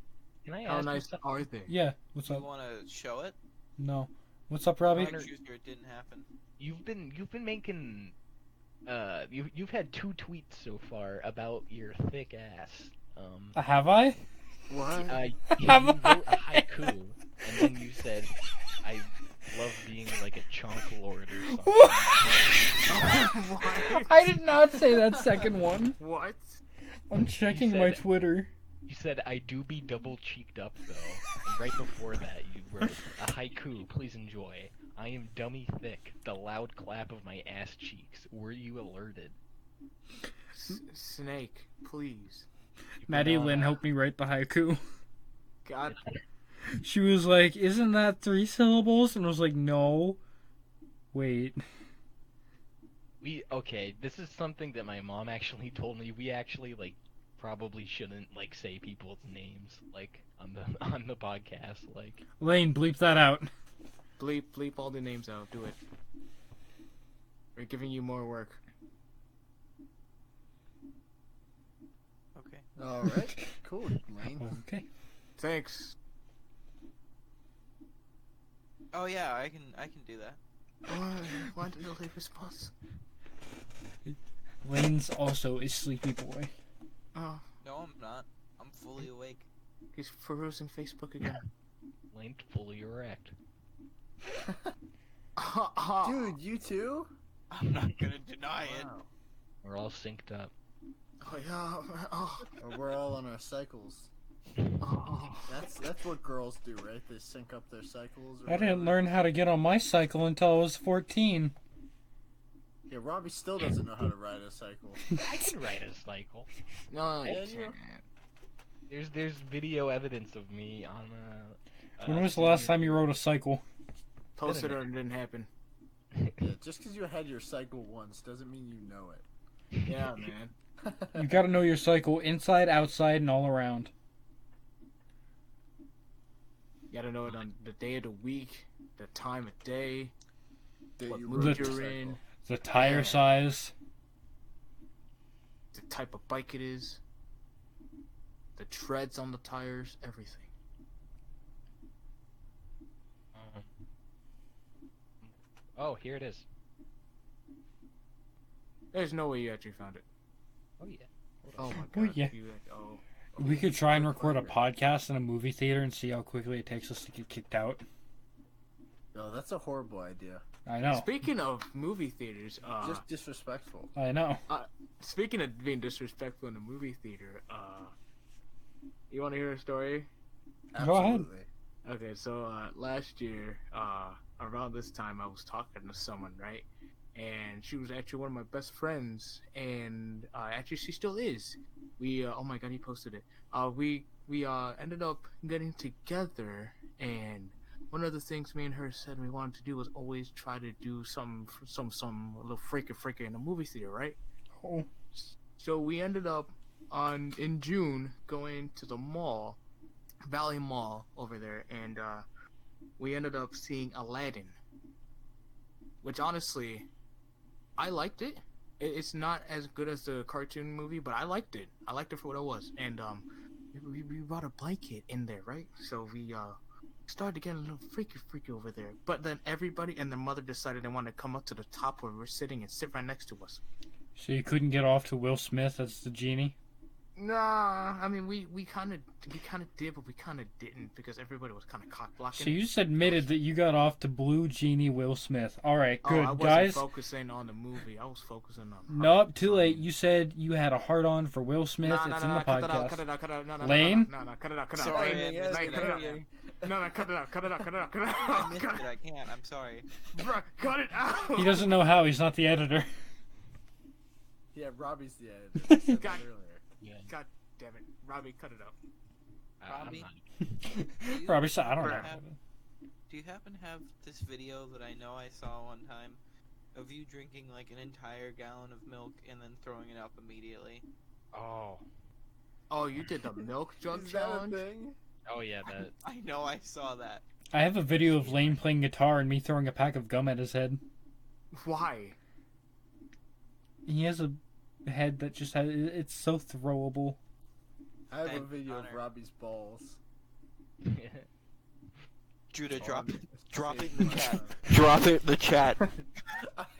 S2: Can I
S1: Oh,
S4: How
S2: ask you
S4: nice
S2: something?
S3: [laughs]
S4: are they?
S1: yeah. What's
S5: Do you
S1: up?
S5: want to show it?
S1: No. What's up, Robbie?
S5: Connor, Jr., it didn't happen.
S2: You've been you've been making uh you you've had two tweets so far about your thick ass. Um
S1: Uh, Have [laughs] I?
S4: What?
S2: uh,
S1: [laughs]
S2: you
S1: Have
S2: wrote
S1: I?
S2: a haiku and then you said I love being like a chonk lord
S1: [laughs]
S2: or something.
S4: what?
S1: I did not say that second one.
S4: What?
S1: I'm checking my
S2: said-
S1: Twitter.
S2: You said I do be double cheeked up though. And right before that you wrote a haiku, please enjoy. I am dummy thick, the loud clap of my ass cheeks. Were you alerted?
S4: S- Snake, please.
S2: You've been
S1: Maddie
S2: on
S1: Lynn
S2: a-
S1: helped me write the haiku.
S4: God,
S1: [laughs] She was like, "Isn't that three syllables?" And I was like, "No, wait."
S2: We okay, this is something that my mom actually [laughs] told me. We actually like probably shouldn't like say people's names like on the [laughs] on the podcast like
S1: Lane, bleep that out.
S4: bleep, bleep all the names out. Do it. We're giving you more work.
S5: Okay.
S3: All right. Cool. Lane.
S1: Okay.
S4: Thanks.
S5: Oh yeah, I can I can do that.
S4: Why did you leave response?
S1: Lane's also a sleepy boy.
S4: Oh,
S5: No, I'm not. I'm fully awake. [laughs]
S4: he's perusing Facebook again.
S2: linked fully erect.
S4: [laughs] Oh,
S3: Dude, you too?
S5: I'm not gonna deny it.
S3: Wow.
S2: We're all synced up.
S4: Oh, yeah. Oh,
S3: Or we're all on our cycles.
S4: oh.
S3: That's that's what girls do, right? They sync up their cycles. Or
S1: I didn't
S3: whatever.
S1: learn how to get on my cycle until I was 14.
S3: Yeah, Robbie still doesn't know how to ride a cycle.
S2: I can ride a cycle.
S4: No, you
S3: Yeah, you
S4: can't.
S2: There's there's video evidence of me on a. [laughs]
S1: When was the last time you rode a cycle?
S4: Posted or it didn't happen.
S3: Yeah, just because you had your cycle once doesn't mean you know it. [laughs]
S4: Yeah, man.
S1: You gotta know your cycle inside, outside, and all around.
S4: You gotta know it on the day of the week, the time of day,
S3: That
S4: what
S3: you
S4: mood
S1: wrote
S3: your
S4: you're in,
S3: cycle.
S1: The tire
S4: Yeah.
S1: size.
S4: the type of bike it is, the treads on the tires, everything.
S2: Um, oh, here it is.
S4: There's no way you actually found it.
S2: Oh yeah.
S4: Oh my
S1: Well,
S4: god.
S1: yeah.
S4: you- oh.
S1: We could try and record a podcast in a movie theater and see how quickly it takes us to get kicked out.
S3: No, that's a horrible idea.
S1: I know.
S4: Speaking of movie theaters, uh,
S3: Just disrespectful.
S1: I know.
S4: speaking of being disrespectful in the movie theater, uh, you want to hear a story?
S1: Go ahead.
S3: Absolutely.
S4: Okay, so uh, last year, uh, around this time, I was talking to someone, right? And she was actually one of my best friends, and uh, actually, she still is. We, uh, oh my god, he posted it. Uh, we we uh, ended up getting together, and one of the things me and her said we wanted to do was always try to do some some some little freaking freaking in the movie theater, right?
S1: Oh,
S4: So we ended up on in June going to the mall, Valley Mall over there, and uh, we ended up seeing Aladdin, which honestly, I liked it. It- It's not as good as the cartoon movie, but I liked it. I liked it for what it was, and um, we, we brought a blanket in there, right? So we uh started getting a little freaky freaky over there. But then everybody and their mother decided they wanted to come up to the top where we're sitting and sit right next to us.
S1: so you couldn't get off to Will Smith as the genie?
S4: Nah, I mean we we kind of we kind of did, but we kind of didn't because everybody was kind of cock blocking.
S1: So you just admitted that you got off to Blue Genie Will Smith. All right,
S4: oh,
S1: good
S4: I wasn't
S1: guys.
S4: focusing on the movie. I was focusing on. her.
S1: Nope, too late. You said you had a heart on for Will Smith.
S4: Nah, nah,
S1: it's
S4: nah,
S1: in
S4: nah,
S1: the
S4: cut
S1: podcast.
S4: that out, cut it out, cut it out, nah, nah, nah,
S1: Lame.
S4: nah, nah, nah, cut it out, cut it out,
S5: Sorry,
S4: lame.
S5: man,
S4: Nah,
S5: missed
S4: cut it out.
S5: it.
S4: No, no, cut it out, cut it out, cut it out, cut it
S5: [laughs] I
S4: out,
S5: missed
S4: cut
S5: it.
S4: it
S5: I can't.
S1: [laughs]
S5: I'm sorry.
S4: [laughs] Bruh, cut it out.
S1: He doesn't know how. He's not the
S4: [laughs]
S1: editor.
S3: Yeah, Robbie's the editor. I said that
S4: Got-
S3: earlier.
S2: Yeah.
S4: God damn it, Robbie, cut it out.
S2: I- I'm
S5: Robbie?
S2: not-
S1: Robbie said, "I don't know."
S4: Crap.
S5: Do you happen to have this video that I know I saw one time of you drinking like an entire gallon of milk and then throwing it up immediately?
S2: Oh.
S4: Oh, you did the
S5: [laughs]
S4: milk jug
S3: Is that a
S4: challenge.
S3: thing?
S2: Oh yeah. That.
S5: I know I saw that.
S1: I have a video of Lane playing guitar and me throwing a pack of gum at his head.
S4: Why?
S1: He has a head that just has. It's so throwable.
S3: I have a
S5: Thank
S3: video of
S5: Connor.
S3: Robbie's balls.
S2: [laughs]
S5: Judah,
S3: Oh,
S5: drop it.
S3: I'm-
S5: Drop
S3: Save
S5: it in
S3: my
S5: the chat.
S3: [laughs] time.
S5: [laughs] Drop it in the chat.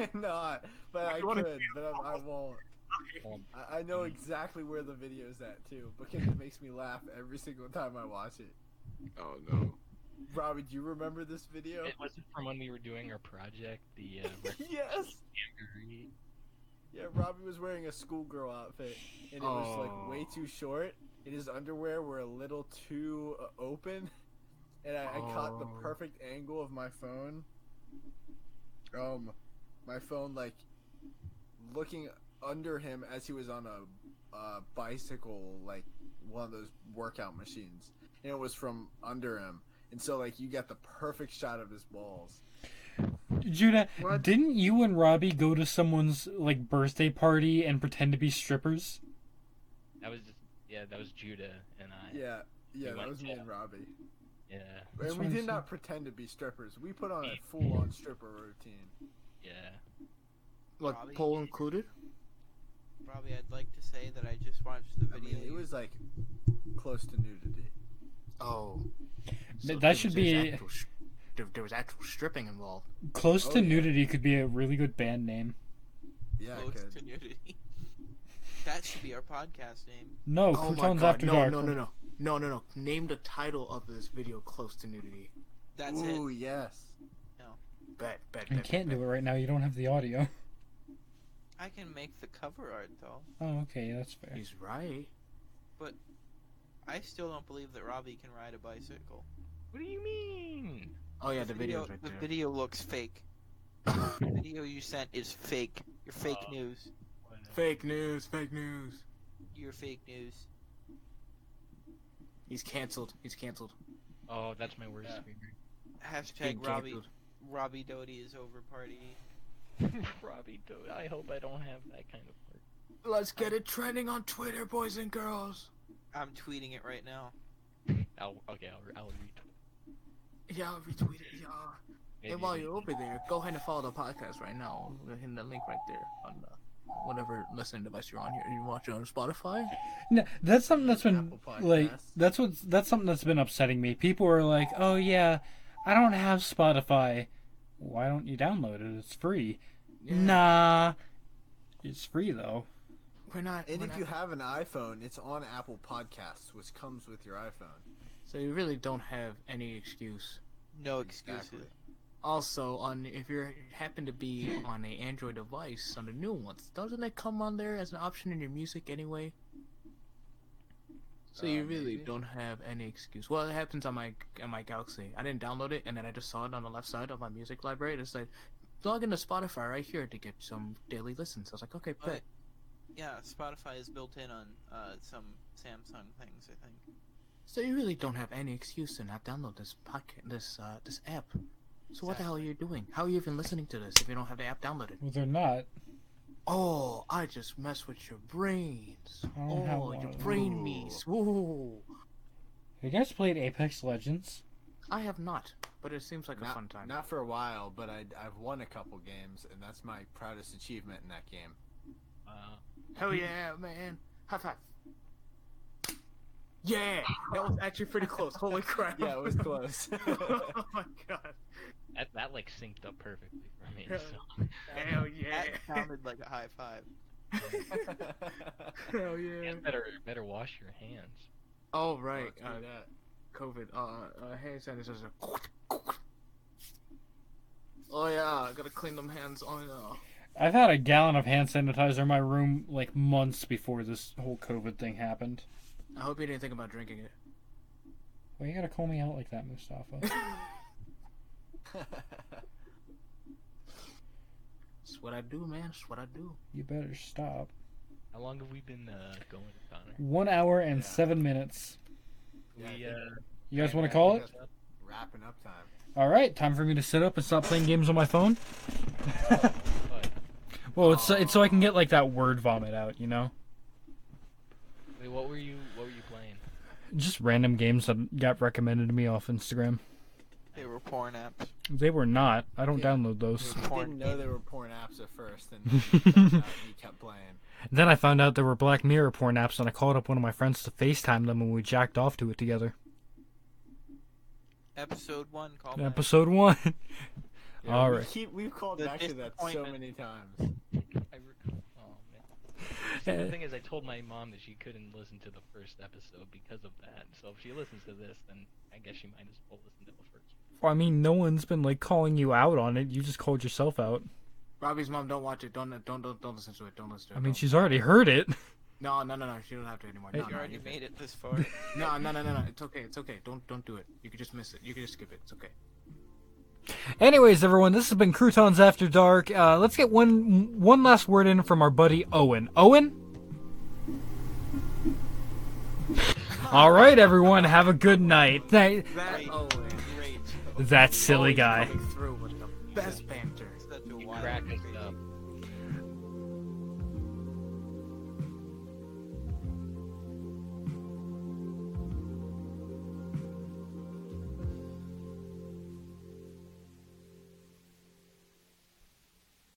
S3: I'm not, but I
S4: You wanna
S3: could, but I'm, I won't.
S2: Um,
S3: I, I know exactly where the video's at too, because it makes me laugh every single time I watch it.
S6: Oh no.
S3: Robbie, do you remember this video?
S2: it wasn't from when we were doing our project, the uh,
S3: [laughs]
S2: record
S3: yes.
S2: gallery.
S3: Yeah, Robbie was wearing a schoolgirl outfit, and it was like way
S4: Oh.
S3: too short, and his underwear were a little too uh, open, and I, I caught the
S4: Oh.
S3: perfect angle of my phone. Um, my phone like looking under him as he was on a, uh bicycle, like one of those workout machines, and it was from under him, and so like you got the perfect shot of his balls.
S1: Judah,
S4: What?
S1: didn't you and Robbie go to someone's like birthday party and pretend to be strippers?
S2: That was just. Yeah, that was Judah and I.
S3: Yeah, yeah,
S2: We
S3: that
S2: went
S3: was me
S2: to-
S3: and Robbie.
S2: Yeah.
S1: That's
S3: And we
S1: what I
S3: did
S1: said.
S3: not pretend to be strippers. We put on a full-on stripper routine.
S2: Yeah.
S4: Like
S5: Robbie.
S4: pole included?
S5: Robbie, I'd like to say that I just watched the
S3: I
S5: video.
S3: mean, it
S5: you-
S3: was like close to nudity.
S4: Oh.
S1: Th- that
S4: there
S1: should
S4: was- there's
S1: be-
S4: actual sh- there, there was actual stripping involved.
S1: Close
S3: Oh,
S1: to
S3: yeah.
S1: nudity could be a really good band name.
S3: Yeah, it
S5: close
S3: could.
S5: to nudity. [laughs] That should be our podcast name.
S1: No,
S4: Oh my
S1: croutons
S4: God,
S1: Oh, after
S4: no,
S1: dark.
S4: No, no, no, no, no, no. Name the title of this video close to nudity.
S5: That's
S3: Ooh,
S5: it.
S3: yes.
S4: Bet, bet,
S1: I
S4: bet.
S1: can't do it right now. You don't have the audio. [laughs]
S5: I can make the cover art though.
S1: Oh, okay, that's fair.
S4: He's right.
S5: I still don't believe that Robbie can ride a bicycle.
S2: What do you mean?
S4: Oh yeah, the video's right
S5: the
S4: there.
S5: video looks fake.
S1: [laughs]
S5: the video you sent is fake. You're fake
S2: Oh.
S5: news.
S4: [laughs] Fake news, fake news.
S5: You're fake news.
S4: He's canceled. He's canceled.
S2: Oh, that's my worst
S3: Yeah.
S2: favorite.
S5: Hashtag
S4: Being
S5: Robbie.
S4: canceled.
S5: Robbie Doty is over party.
S2: [laughs] Robbie, do I hope I don't have that kind of work.
S4: Let's get it trending on Twitter, boys and girls.
S5: I'm tweeting it right now.
S2: I'll, okay, I'll, I'll retweet.
S4: Yeah, retweet it, yeah.
S2: Maybe
S4: And while you're over there, go ahead and follow the podcast right now. Go ahead and the link right there on uh, whatever listening device you're on here. You watch it on Spotify?
S1: No, that's something that's been
S4: Apple Podcasts.
S1: like that's what that's something that's been upsetting me. People are like, "Oh yeah, I don't have Spotify. Why don't you download it? It's free." Nah, it's free though.
S4: We're not.
S3: And
S4: we're
S3: if
S4: not-
S3: you have an iPhone, it's on Apple Podcasts, which comes with your iPhone.
S4: so you really don't have any excuse.
S5: No excuses.
S3: Exactly.
S4: Also, on if you happen to be on a Android device, on the new ones, doesn't it come on there as an option in your music anyway? So you
S3: Uh,
S4: really
S3: maybe.
S4: don't have any excuse. Well, it happens on my on my Galaxy. I didn't download it, and then I just saw it on the left side of my music library. and It said, "Log into Spotify right here to get some daily listens." I was like, "Okay,
S5: But
S4: bet."
S5: yeah, Spotify is built in on uh, some Samsung things, I think.
S4: So you really don't have any excuse to not download this podcast, this uh, this app. So what the hell are you doing? How are you even listening to this if you don't have the app downloaded?
S1: Well, they're not.
S4: Oh, I just mess with your brains.
S1: I don't have
S4: Oh,
S1: one.
S4: your brain me's. Whoa.
S1: Have you guys played Apex Legends?
S4: I have not, but it seems like a
S3: not,
S4: fun time.
S3: Not for a while, but I, I've won a couple games, and that's my proudest achievement in that game.
S2: Wow.
S4: Hell yeah, man. High five. Yeah, that was actually pretty [laughs] close. Holy crap.
S3: Yeah, it was close. [laughs]
S4: oh my god.
S2: That, that like synced up perfectly for me.
S4: Yeah.
S2: So.
S4: Hell yeah.
S5: That sounded like a high five.
S4: [laughs] Hell yeah.
S2: And better, better wash your hands.
S4: All right.
S3: Let's do
S4: Uh,
S3: that.
S4: COVID. Uh, uh hand sanitizer. Oh yeah, I gotta clean them hands. Oh no.
S1: I've had a gallon of hand sanitizer in my room like months before this whole COVID thing happened.
S4: I hope you didn't think about drinking it.
S1: Why you gotta call me out like that, Mustafa?
S4: It's what I do, man. It's what I do.
S1: you better stop.
S2: How long have we been uh, going, Connor?
S1: One hour and
S3: Yeah.
S1: seven minutes.
S3: Yeah, I
S2: we,
S3: think
S2: uh,
S1: You guys want
S2: I
S1: to call
S2: think
S1: it?
S2: that's-
S3: Wrapping up time.
S1: All right, time for me to sit up and stop playing games on my phone.
S2: but-
S1: Well, it's so, it's so I can get like that word vomit out, you know.
S2: Wait, what were you? What were you playing?
S1: Just random games that got recommended to me off Instagram.
S5: They were porn apps.
S1: They were not. I don't
S3: Yeah.
S1: download those.
S3: I
S5: Porn
S3: didn't know
S5: games.
S3: there were porn apps at first, and then you found out and you kept playing.
S1: Then I found out there were Black Mirror porn apps, and I called up one of my friends to FaceTime them, and we jacked off to it together.
S5: Episode one, call back.
S1: Episode one. [laughs]
S3: Yeah,
S1: All
S3: Oh we
S1: right.
S3: keep- we've called
S5: The
S3: back to that so
S5: disappointment.
S3: many times.
S2: I re- oh man. The thing is, I told my mom that she couldn't listen to the first episode because of that. So if she listens to this, then I guess she might as well listen to the first.
S1: Well, I mean, no one's been like calling you out on it. You just called yourself out.
S4: Robbie's mom, don't watch it. Don't don't don't, don't listen to it. Don't listen to it.
S1: I mean,
S4: don't.
S1: she's already heard it. [laughs]
S4: no no no no. She don't have to anymore. No,
S5: You
S4: no,
S5: already
S4: you
S5: made it this far.
S4: can- no no no no no. It's okay. It's okay. Don't don't do it. You can just miss it. You can just skip it. It's okay.
S1: Anyways, everyone, this has been Croutons After Dark. Uh, let's get one one last word in from our buddy Owen. Owen. All right, everyone, have a good night. Tha-
S4: That oh,
S5: Great.
S1: that silly guy.
S4: Coming through with the best banter.
S5: Such a
S2: You
S5: wild
S2: crack us
S5: creature.